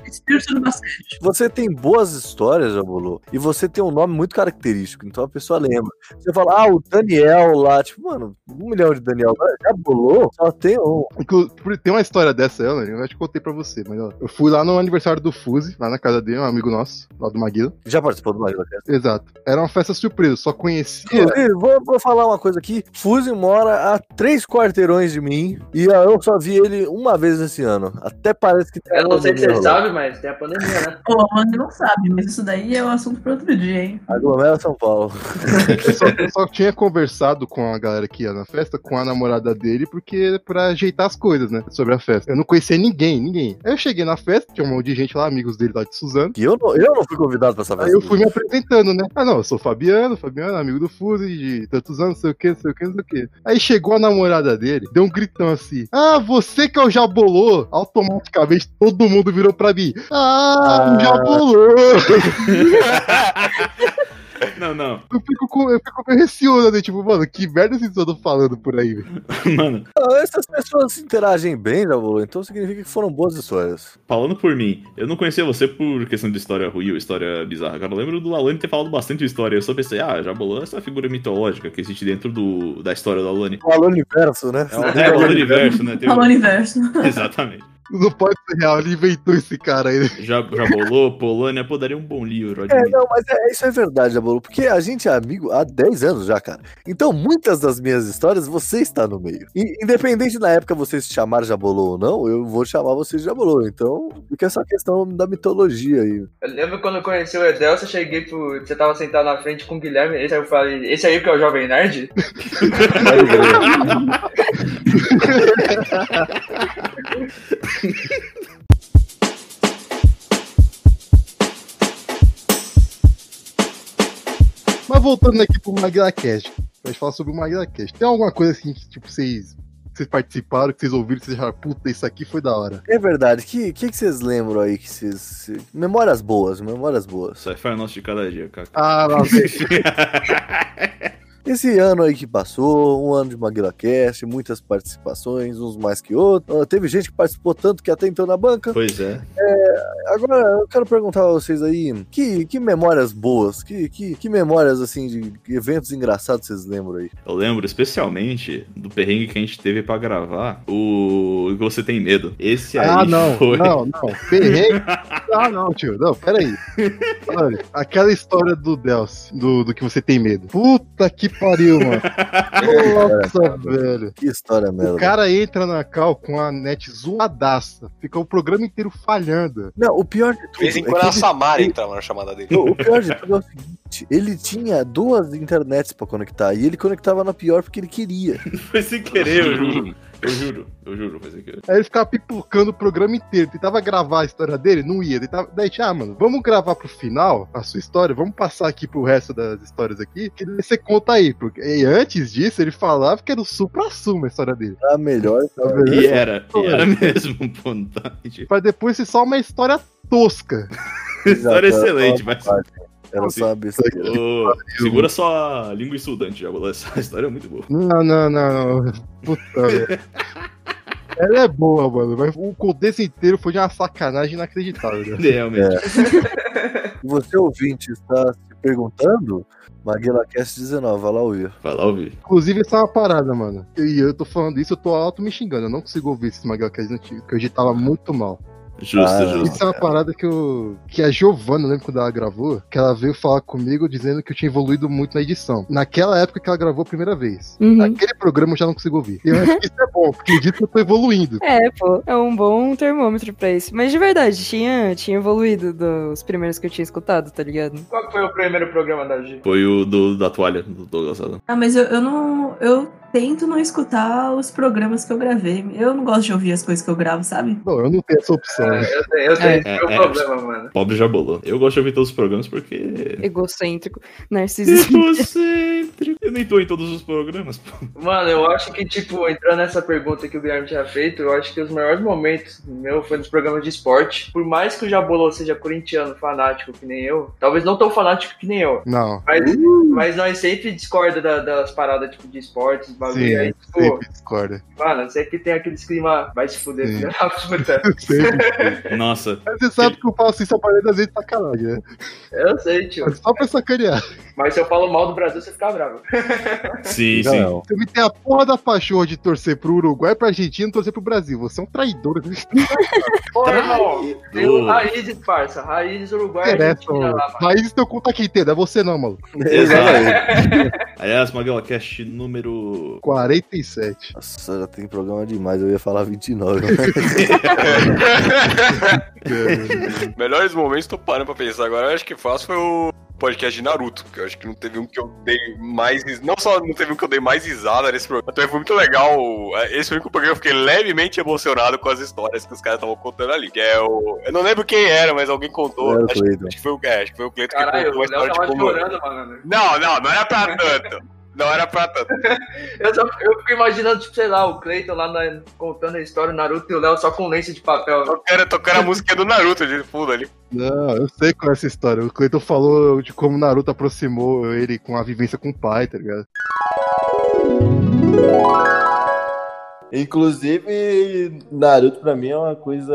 I: Espírito do basquete.
C: Você tem boas histórias, Jabulô, e você tem um nome muito característico, então a pessoa lembra. Você fala, ah, o Daniel lá, tipo, mano, um milhão de Daniel. Agora, Jabulô só tem um.
A: Inclu- por- Tem uma história dessa, eu, eu acho que contei pra você, mas ó, eu fui lá no aniversário do Fuse, lá na casa dele, um amigo nosso, lá do Maguila.
C: Já participou do Mario
A: Exato. Era uma festa surpresa, só conhecia.
C: Inclusive, vou, vou falar uma coisa aqui. Fuse mora a três quarteirões de mim e ó, eu só vi ele uma vez esse ano. Até parece que tem
H: Eu não sei se
C: pandemia
H: vocês
C: lá.
H: sabem, mas tem a pandemia, né?
I: Pô, mano, não sabe, mas isso daí é um assunto pra outro dia, hein?
C: Aglomera São Paulo. *laughs*
A: Eu *laughs* só, eu só tinha conversado com a galera que ia na festa, com a namorada dele, porque é pra ajeitar as coisas, né? Sobre a festa. Eu não conhecia ninguém, ninguém. Aí eu cheguei na festa, tinha um monte de gente lá, amigos dele lá de Suzano.
C: E eu não, eu não fui convidado pra essa festa.
A: Aí
D: Assim.
A: eu fui me apresentando, né? Ah, não, eu sou Fabiano, Fabiano, amigo do Fuse, de tantos anos, não sei o que, não sei o que, não sei o que. Aí chegou a namorada dele, deu um gritão assim: Ah, você que que é o Jabolô, automaticamente todo mundo virou pra mim. Ah, o Jabolô!
D: *laughs* Não, não.
A: Eu fico, com, eu fico meio receoso, né? Tipo, mano, que merda vocês estão falando por aí, velho?
D: *laughs* Mano,
C: Ah, Essas pessoas se interagem bem, Jabulu, então significa que foram boas histórias.
D: falando por mim, eu não conhecia você por questão de história ruim ou história bizarra. Cara, eu lembro do Alane ter falado bastante de história. Eu só pensei, ah, Jabolô é essa figura mitológica que existe dentro do, da história do Alane.
C: O Aluniverso, né?
D: É o, é o universo, né? Tem
I: Fala o
D: o-
I: universo.
D: Exatamente.
A: Não pode ser real, ele inventou esse cara aí. né?
D: Já, Jabolô, Polônia, pô, daria um bom livro.
C: É,
D: admito.
C: não, mas é, isso é verdade, Jabulu, porque a gente é amigo há 10 anos já, cara. Então, muitas das minhas histórias, você está no meio. E, independente da época você se chamar Jabulu ou não, eu vou chamar você de Jabulu. Então, fica essa questão da mitologia aí.
H: Eu lembro quando eu conheci o Edelso, eu cheguei pro. Você tava sentado na frente com o Guilherme, esse aí eu falei, esse aí que é o Jovem Nerd?
A: Mas voltando aqui pro MaglaCast, pra gente falar sobre o MaglaCast. Tem alguma coisa assim que, tipo, vocês, vocês participaram, que vocês ouviram, que vocês acharam, puta, isso aqui foi da hora.
C: É verdade. O que, que, que vocês lembram aí? Que vocês, se- Memórias boas, memórias boas.
D: Isso aí foi o nosso de cada dia, cara.
A: Ah, lá
D: *laughs*
A: vem.
C: *laughs* Esse ano aí que passou, um ano de MaguilaCast, muitas participações, uns mais que outros. Ah, Teve gente que participou tanto que até entrou na banca.
D: Pois é.
C: Agora, eu quero perguntar a vocês aí, que, que memórias boas, que, que, que memórias, assim, de eventos engraçados vocês lembram aí?
D: Eu lembro especialmente do perrengue que a gente teve pra gravar o Você Tem Medo. Esse aí
A: ah,
D: *laughs*
A: não,
D: foi.
A: não, não. Perrengue. Ah, não, tio. Não, peraí. Olha, aquela história do Delcio, do, do que você tem medo. Puta que pariu, mano. Nossa,
D: *laughs*
A: velho.
C: Que história merda.
A: O cara entra na cal com a net zoadaça. Fica o programa inteiro falhando.
C: Não, o pior de tudo...
F: De vez em
C: é
F: quando
C: que
F: a Samara
C: *laughs* ele-
F: entrava na chamada dele.
D: *laughs*
C: o pior de tudo é o seguinte, ele tinha duas internets pra conectar, e ele conectava na pior porque ele queria.
D: *laughs* Foi sem querer, eu juro. Eu juro, eu juro, foi sem querer.
A: Aí ele ficava pipocando o programa inteiro. Tentava gravar a história dele, não ia. Tentava... Daí, ah, mano, vamos gravar pro final a sua história. Vamos passar aqui pro resto das histórias aqui. Que daí você conta aí. Porque... E antes disso, ele falava que era o supra-sumo *laughs* a história dele.
C: A melhor... A melhor
D: E era, e era *laughs* mesmo, pô, não tá mentindo.
A: *laughs* Pra depois ser só uma história tosca.
D: *laughs* História
A: é
D: excelente, mas.
C: Era só uma besteira.
D: Ô, segura só a língua estudante, já bolou. Essa *laughs* história é muito boa.
A: Não, não, não. não. Puta,
D: *laughs*
A: velho. Ela é boa, mano. Mas o contexto inteiro foi de uma sacanagem inacreditável. né?
D: É, Realmente.
C: É. E Você, ouvinte, está se perguntando? MaguilaCast 19, vai lá ouvir.
D: Vai lá ouvir.
A: Inclusive, essa é uma parada, mano. E eu tô falando isso, eu tô auto me xingando. Eu não consigo ouvir esses magalhães antigos, que eu digitava muito mal.
D: Justo,
C: Ah,
D: justo.
A: Isso é uma parada que eu. Que a Giovanna, eu lembro quando ela gravou, que ela veio falar comigo dizendo que eu tinha evoluído muito na edição. Naquela época que ela gravou a primeira vez.
E: Uhum.
A: Naquele programa eu já não consigo ouvir. E eu acho que isso é bom, porque eu dito que eu tô evoluindo.
E: É, pô, é um bom termômetro pra isso. Mas de verdade, tinha, tinha evoluído dos primeiros que eu tinha escutado, tá ligado?
H: Qual que foi o primeiro programa da G?
D: Foi o do, da toalha do Douglas Adams.
I: Ah, mas eu, eu não. Eu tento não escutar os programas que eu gravei. Eu não gosto de ouvir as coisas que eu gravo, sabe?
A: Não, eu não tenho essa opção.
H: Ah, eu tenho, eu tenho esse é, o
D: é.
H: problema, mano.
D: Pobre já bolou. Eu gosto de ouvir todos os programas porque.
E: Egocêntrico, narcisista.
D: É. Egocêntrico. Eu nem tô em todos os programas, pô.
H: Mano, eu acho que, tipo, entrando nessa pergunta que o Guilherme tinha feito, eu acho que os maiores momentos meu foi nos programas de esporte. Por mais que o Jabolô seja corintiano, fanático que nem eu, talvez não tão fanático que nem eu.
A: Não.
H: Mas, mas nós sempre discorda da- das paradas tipo, de esportes,
A: Sim,
H: bagulho. Aí, tipo,
A: Sempre discorda.
H: mano, sempre tem aqueles clima. Vai se fuder,
A: Sim.
H: filha da puta.
A: *laughs* Sempre.
D: Nossa.
A: Mas você sabe que eu faço isso a maioria das vezes pra caralho, né?
H: Eu sei, tio.
A: Só pra sacanear.
H: Mas se eu falo mal do Brasil, você fica bravo.
D: Sim, sim.
C: Não,
A: Você me tem a porra da paixão de torcer pro Uruguai, pra Argentina e torcer pro Brasil. Você é um traidor.
H: Pô, irmão, tem o
D: Oh.
H: raízes, parça. Raízes Uruguai,
A: interessa,
H: Argentina
A: mano.
H: lá, mano.
A: Mas isso teu conta aqui inteiro, é você não, maluco.
D: Exato. Aliás, Maguila Cast número.
A: 47.
C: Nossa, já tem programa demais, eu ia falar 29.
F: *laughs*
A: *laughs*
F: Melhores momentos, tô parando pra pensar agora. Eu acho que fácil foi o podcast de Naruto, porque eu acho que não teve um que eu dei mais. ris- Não só não teve um que eu dei mais risada nesse programa, também foi muito legal. Esse foi o único programa que eu fiquei levemente emocionado com as histórias que os caras estavam contando ali. Que é o. Eu não lembro quem era, mas alguém contou.
C: Era o
F: acho,
C: Cleiton.
F: acho que foi o é, acho que foi o Cleiton que
H: Caralho,
F: contou uma
H: o Léo
F: história de
H: tava
F: como.
H: chorando, mano.
F: Não, não, não era pra tanto. Não era pra tanto.
H: *laughs* Eu, só, eu fico imaginando, tipo, sei lá, o Cleiton lá na- contando a história, o Naruto e o Léo só com lenço de papel.
F: Tocando, tocando a música do Naruto de fundo ali.
A: Não, eu sei qual é essa história. O Cleiton falou de como Naruto aproximou ele com a vivência com o pai, tá ligado?
M: Inclusive, Naruto pra mim é uma coisa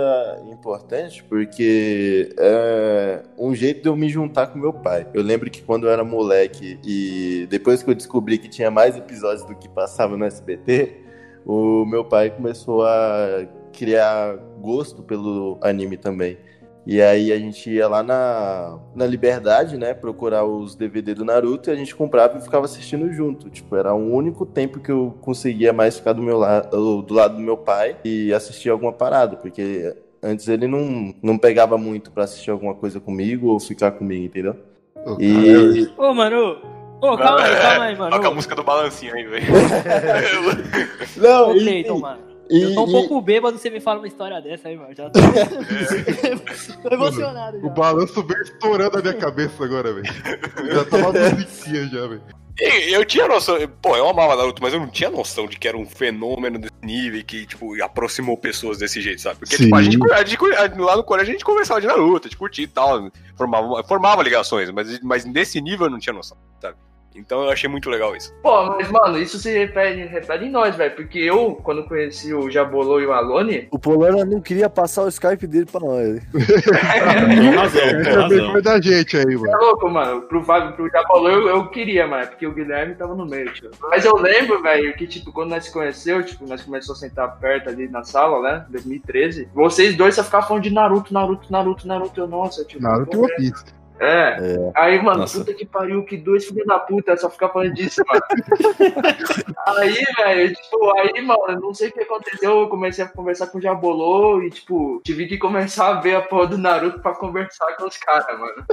M: importante porque é um jeito de eu me juntar com meu pai. Eu lembro que quando eu era moleque e depois que eu descobri que tinha mais episódios do que passava no SBT, o meu pai começou a criar gosto pelo anime também. E aí a gente ia lá na, na Liberdade, né, procurar os DVD do Naruto e a gente comprava e ficava assistindo junto. Tipo, era o único tempo que eu conseguia mais ficar do meu lado, do lado do meu pai e assistir alguma parada, porque antes ele não, não pegava muito pra assistir alguma coisa comigo ou ficar comigo, entendeu?
H: é
M: e
N: Ô, mano. Ô, calma aí, calma aí, mano.
F: é, Toca a música do balancinho aí, velho.
M: *laughs* Não,
N: Ô, Cleiton, mano. eu tô um
M: e-
N: pouco bêbado, você me fala uma história dessa aí, mano. Já
M: *laughs*
N: tô,
M: É.
N: tô *laughs* emocionado.
A: O balanço veio estourando a minha cabeça agora, *laughs* velho. Já tava musiquinha já, velho.
F: E Eu tinha noção, pô, eu amava Naruto, mas eu não tinha noção de que era um fenômeno desse nível e que, tipo, aproximou pessoas desse jeito, sabe? Porque,
A: Sim.
F: tipo, a gente, a gente- lá no colégio a gente conversava de Naruto, de curtir e tal, formava, formava ligações, mas, mas nesse nível eu não tinha noção, sabe? Então eu achei muito legal isso.
H: Pô, mas, mano, isso se refere, refere em nós, velho. Porque eu, quando conheci o Jabolô e o Alone,
C: O Polana não queria passar o Skype dele pra nós.
A: Essa é a vergonha da gente aí, mano.
H: tá louco, mano. Pro, Fábio- pro Jabolô eu, eu queria, mano. Porque o Guilherme tava no meio, tio. Mas eu lembro, velho, que, tipo, quando nós se conheceu, tipo, nós começamos a sentar perto ali na sala, né? 2013. Vocês dois só ficavam falando de Naruto, Naruto, Naruto, Naruto. Eu, nossa, tio.
A: Naruto e One Piece.
H: É. Aí, mano,
A: Nossa.
H: puta que pariu, que dois filhos da puta só ficar falando disso, mano. *laughs* aí, velho, tipo, aí, mano, não sei o que aconteceu, eu comecei a conversar com o Jabolô e, tipo, tive que começar a ver a porra do Naruto pra conversar com os caras, mano.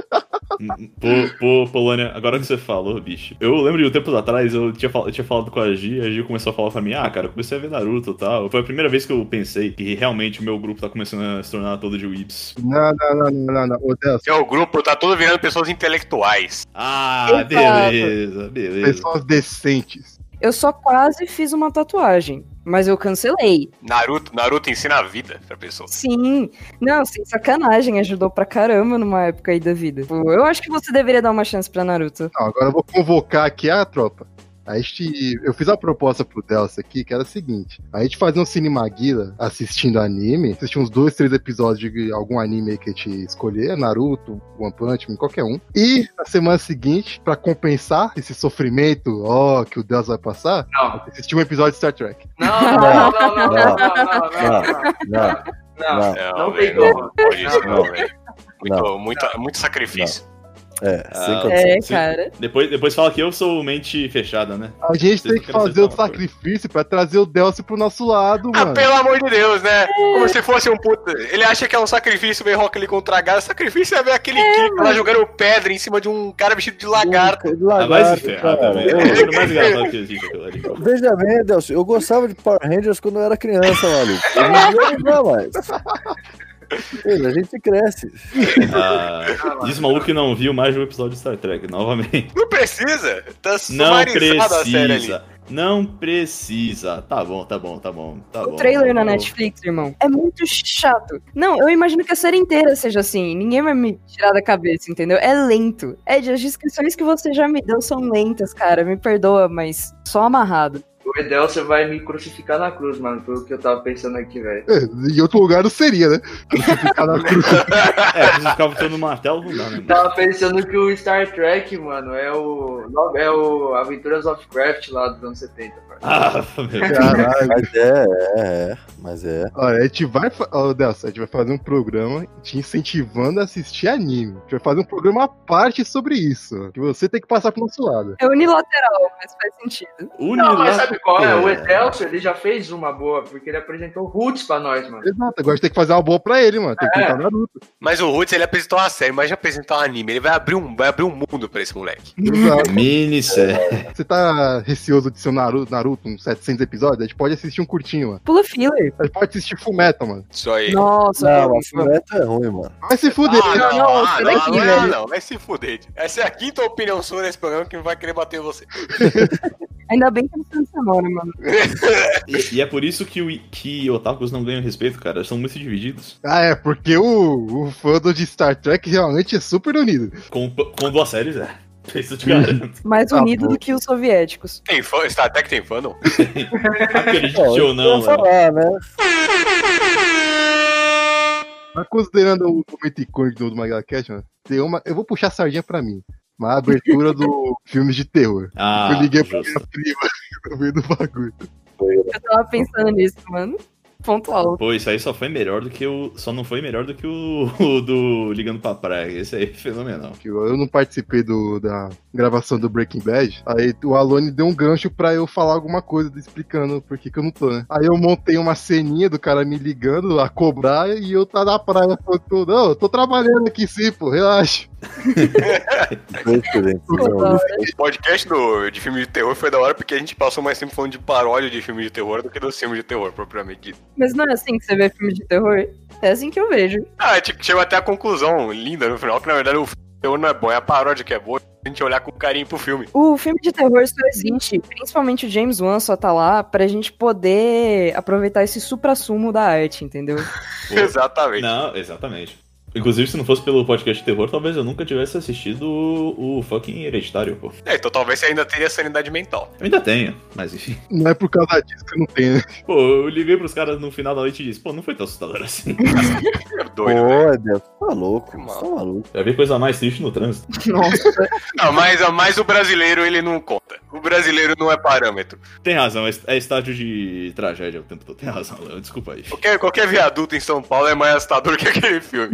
D: Pô, pô, Polônia, agora que você falou, bicho. Eu lembro de um tempos atrás, eu tinha, fal- eu tinha falado com a Gi, a Gi começou a falar pra mim, ah, cara, eu comecei a ver Naruto e tal. Foi a primeira vez que eu pensei que realmente o meu grupo tá começando a se tornar todo de whips.
A: Não, não, não, não, não, não. Ô, Deus.
F: É, o grupo tá todo virando pessoas intelectuais.
D: Ah,
A: beleza,
D: beleza.
A: Pessoas decentes.
E: Eu só quase fiz uma tatuagem, mas eu cancelei.
F: Naruto, Naruto ensina a vida pra pessoa.
E: Sim. Não, sem sacanagem, ajudou pra caramba numa época aí da vida. Tipo, Eu acho que você deveria dar uma chance pra Naruto.
A: Não, agora eu vou convocar aqui a tropa. A gente, eu fiz uma proposta pro Delcio aqui, que era a seguinte: a gente fazia um Cine Maguila assistindo anime, assistir uns dois, três episódios de algum anime aí que a gente escolher, Naruto, One Punch Man, qualquer um. E na semana seguinte, pra compensar esse sofrimento, ó, que o Delcio vai passar, assistir um episódio de Star Trek.
H: Não, não, não, não, não, não,
M: não,
H: não,
F: não,
D: é,
H: não tem
F: velho,
H: como.
F: pode isso, não,
M: Não.
F: velho. Muito, muita- muito sacrifício.
M: É,
E: sem condição. É, cara.
D: Ah, Depois, depois fala que eu sou mente fechada, né?
A: A
D: Vocês
A: gente tem
D: não
A: que
D: querem
A: fazer o sacrifício pra trazer o Delcio pro nosso lado,
F: Ah,
A: mano.
F: pelo amor de Deus, né? Como se fosse um puta. Ele acha que é um sacrifício ver Rock ali contra a Gaga. Sacrifício é ver aquele Kika lá jogando pedra em cima de um cara vestido de lagarto.
D: Ah, vai se ferrar
F: tá
D: também. É o bagulho mais engraçado que existe aquilo ali.
C: Veja bem, Adelson, eu gostava de Power Rangers quando eu era criança, maluco. Eu não vou lembrar mais. Veja, a gente cresce.
D: Ah, diz o maluco que não viu mais de um episódio de Star Trek, novamente.
F: Não precisa. Tá
D: Não
F: sumarizado a série ali.
D: precisa. Não precisa. Tá bom, tá bom, tá bom. Tá
E: O trailer na Netflix, irmão, é muito chato. Não, eu imagino que a série inteira seja assim. Ninguém vai me tirar da cabeça, entendeu? É lento. Ed, as descrições que você já me deu são lentas, cara. Me perdoa, mas só amarrado.
H: O Edelson vai me crucificar na cruz, mano, pelo que eu tava pensando aqui, velho.
A: É, em outro lugar não seria, né?
F: *laughs*
A: Ficar na cruz.
D: É, se ficar botando no martelo, não dá, né?
H: Tava pensando que o Star Trek, mano, é o. É o Aventuras of Craft lá dos anos 70, parceiro.
D: Ah,
A: Caralho.
O: Mas é, é, é, mas é.
A: Olha, a gente vai. Fa... Ó, Delcio, a gente vai fazer um programa te incentivando a assistir anime. A gente vai fazer um programa à parte sobre isso. Que você tem que passar pro nosso lado.
E: É unilateral, mas faz sentido.
D: né?
H: Não, mas sabe sabe qual é? O Edelso, ele já fez uma boa, porque ele apresentou o Roots pra nós, mano.
A: Exato, agora a gente tem que fazer uma boa pra ele, mano. Tem que
H: É.
A: tentar o Naruto.
F: Mas o Roots, ele apresentou uma série, mas já apresentou um anime. Ele vai abrir um, vai abrir um mundo pra esse moleque. *laughs*
A: Minissérie. Você tá receoso de ser um Naruto, Naruto, uns 700 episódios? A gente pode assistir um curtinho, mano.
E: Pula filler.
A: A gente pode assistir Fumeta, mano.
F: Isso aí.
E: Nossa,
O: Não, a fumeta é ruim, mano.
A: Vai se fuder.
F: Ah, não,
A: Não, é?
F: ah,
A: você
F: não,
A: daqui,
F: não, não,
A: velho.
F: não, vai se fuder. Essa é a quinta opinião sua nesse programa que vai querer bater em você.
E: Ainda bem que eu não sei onde você mora, né, mano.
D: E, e é por isso que, o, que otakus não ganham respeito, cara. Eles são muito divididos.
A: Ah, é, porque o, o fandom de Star Trek realmente é super unido.
O: *laughs*
D: Com, com duas séries, é. *laughs* Isso eu te garanto.
E: Mais unido do que os soviéticos.
F: Tem fã, Star Trek tem fã, não?
D: *laughs* Acredite
O: Bom,
D: ou não,
O: eu
D: mano.
O: falar, né?
A: Mas considerando o momento icônico do MagaCast, mano, tem uma. Eu vou puxar a sardinha pra mim. Uma abertura do filme de terror.
D: *laughs* Ah,
A: eu liguei pra minha prima *laughs* no meio do bagulho.
E: Eu tava pensando nisso, mano. Ponto alto.
D: Pô, isso aí só foi melhor do que o. Só não foi melhor do que o, *laughs* o do Ligando pra Praia. Esse aí é fenomenal.
A: Que Eu eu não participei do, da gravação do Breaking Bad. Aí o Alone deu um gancho pra eu falar alguma coisa, explicando por que, que eu não tô, né? Aí eu montei uma ceninha do cara me ligando a cobrar e eu tá na praia falando, tô- não, eu tô trabalhando aqui sim, pô, relaxa. *laughs*
F: O podcast do, de filme de terror foi da hora porque a gente passou mais tempo falando de paródia de filme de terror do que dos filmes de terror, propriamente dito.
E: Mas não é assim que você vê filme de terror? É assim que eu vejo.
F: Ah, tipo, chegou até a conclusão linda no final, que na verdade o filme de terror não é bom, é a paródia que é boa. A gente olhar com carinho pro filme.
E: O filme de terror só existe, principalmente o James Wan só tá lá pra gente poder aproveitar esse supra-sumo da arte, entendeu?
F: Exatamente.
D: Não, exatamente. Inclusive, se não fosse pelo podcast de terror, talvez eu nunca tivesse assistido o, o fucking Hereditário, pô.
F: É, então talvez você ainda teria sanidade mental.
D: Eu ainda tenho, mas enfim.
A: Não é por causa disso que eu não tenho, né?
D: Pô, eu liguei pros caras no final da noite e disse, pô, não foi tão assustador
F: *laughs*
D: assim.
F: É
O: Pô,
F: né?
O: Deus, tá louco, você tá maluco.
D: Já vi coisa mais triste no trânsito.
E: Nossa.
F: Não, Ah, mas, mas o brasileiro, ele não conta. O brasileiro não é parâmetro.
D: Tem razão, é- é estágio de tragédia o tempo todo. Tem razão, Léo, desculpa aí.
F: Qualquer, qualquer viaduto em São Paulo é mais assustador que aquele filme.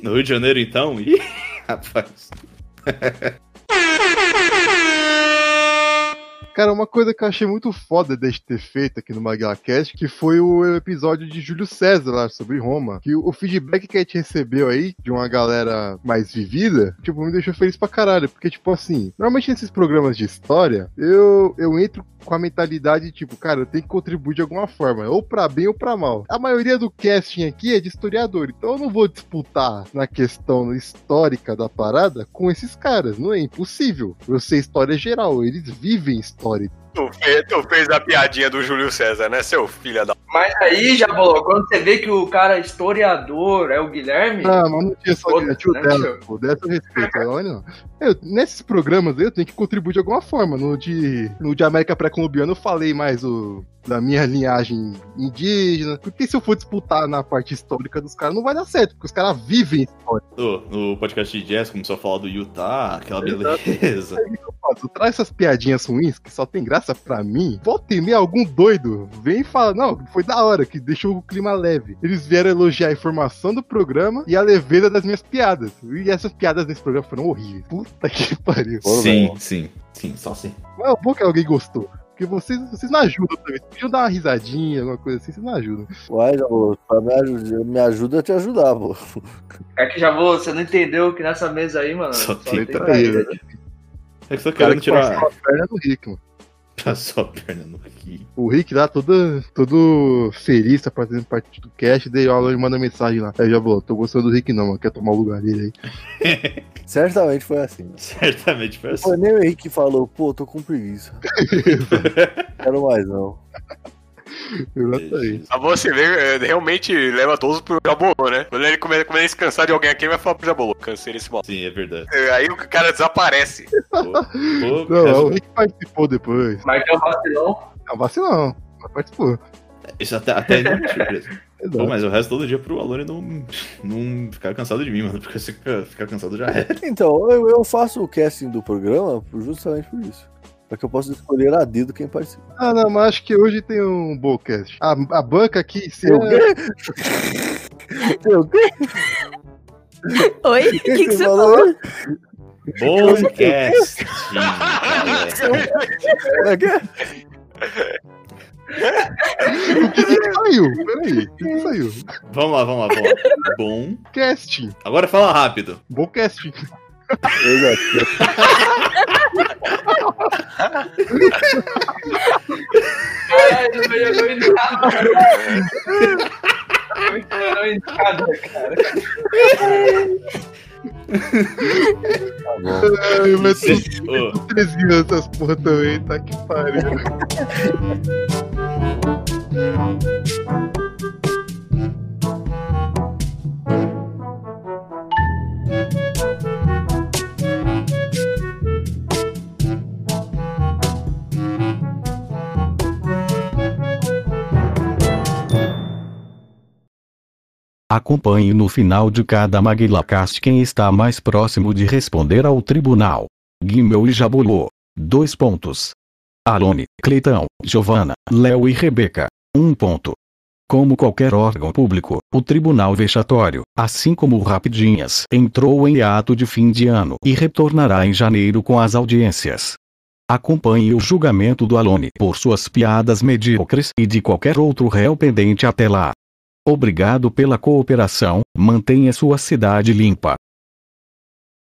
D: No Rio de
O: *laughs*
D: Janeiro, então? Ih, rapaz.
A: Cara, uma coisa que eu achei muito foda de ter feito aqui no MagaCast, que foi o episódio de Júlio César lá sobre Roma. Que o feedback que a gente recebeu aí, de uma galera mais vivida, tipo, me deixou feliz pra caralho. Porque, tipo assim, normalmente nesses programas de história, eu, eu entro com a mentalidade, tipo, cara, eu tenho que contribuir de alguma forma, ou pra bem ou pra mal. A maioria do casting aqui é de historiador, então eu não vou disputar na questão histórica da parada com esses caras, não é impossível. Eu sei história geral, eles vivem história.
F: Tu fez, tu fez a piadinha do Júlio César, né, seu filho da...
H: Mas aí, Jabolo, quando você vê que o cara é historiador, é o Guilherme.
A: Ah, mas não tinha só
H: Foda-se,
A: o tio
H: né,
A: dela,
H: tio?
A: pô, dessa eu respeito, olha não. Eu- nesses programas aí eu tenho que contribuir de alguma forma, no de, no de América Pré-Colombiana eu falei mais o, da minha linhagem indígena, porque se eu for disputar na parte histórica dos caras não vai dar certo, porque os caras vivem história.
D: No, no podcast de jazz começou a falar do Utah, aquela beleza.
A: Foda, Traz essas piadinhas ruins que só tem graça pra mim. Volta e meia, algum doido vem e fala: Não, foi da hora, que deixou o clima leve. Eles vieram elogiar a informação do programa e a leveza das minhas piadas. E essas piadas nesse programa foram horríveis. Puta que *laughs* pariu.
D: Sim, sim, sim, só sim.
A: Mas é bom que alguém gostou. Porque vocês, vocês não ajudam também. Vocês podiam dar uma risadinha, alguma coisa assim, vocês não ajudam.
O: Uai, Jabo, pra me, aj- me ajuda a te ajudar, pô. *laughs*
H: É que Jabolo, você não entendeu que nessa mesa aí, mano.
O: Só
A: tem
H: traíra.
A: traíra.
D: tá né? É que só
A: Cara
D: querendo
A: que
D: tirar.
A: passou a perna do Rick, mano.
D: Passou a perna no Rick.
A: O Rick lá, todo, todo feliz, tá fazendo parte do cast, daí o Alan manda mensagem lá. Aí já vou, tô gostando do Rick não, mano. Quer tomar o lugar dele aí.
O: Certamente foi assim.
D: Certamente foi
O: Não
D: assim.
O: foi nem o Henrique que falou, pô, tô com
D: *laughs*
O: preguiça. Quero mais, não.
F: Pra você ver, é, realmente leva todos pro Jabolô, né? Quando ele começa quando ele se cansar de alguém aqui, ele vai falar pro Jabolô, cansei esse mal.
D: Sim, é verdade.
F: Aí o cara desaparece.
A: não, é o Rick que participou depois.
H: Mas é um vacilão.
A: É um vacilão, mas participou.
D: Isso até, até é muito
A: *laughs*
D: surpresa.
A: Exato.
D: Pô, mas o resto todo dia pro Alone não, não ficar cansado de mim, mano. Porque se ficar, ficar cansado já é.
O: Então, eu, eu faço o casting do programa por- justamente por isso. Pra que eu possa escolher a dedo quem participa.
A: Ah, não, mas acho que hoje tem um bom cast. A, a banca aqui, se
O: Eu ganho.
E: Oi? O que, que você falou?
D: Bom cast.
O: Como é que é?
A: O que que saiu? Peraí, o que que saiu?
D: Vamos lá, vamos lá, vamos lá. Bom.
A: Casting.
D: Agora fala rápido. *laughs*
A: Bom casting.
H: Ah, Ai, não melhorou em nada, cara. Não melhorou em nada, cara.
A: Ai, mas
D: tu-
A: tu 13 anos essas porra também, tá que pariu.
K: Acompanhe no final de cada MaguilaCast quem está mais próximo de responder ao tribunal. Guimel e Jabulô. Dois pontos. Alone, Cleitão, Giovana, Léo e Rebeca. Um ponto. Como qualquer órgão público, o Tribunal Vexatório, assim como o Rapidinhas, entrou em ato de fim de ano e retornará em janeiro com as audiências. Acompanhe o julgamento do Alone por suas piadas medíocres e de qualquer outro réu pendente até lá. Obrigado pela cooperação, mantenha sua cidade limpa.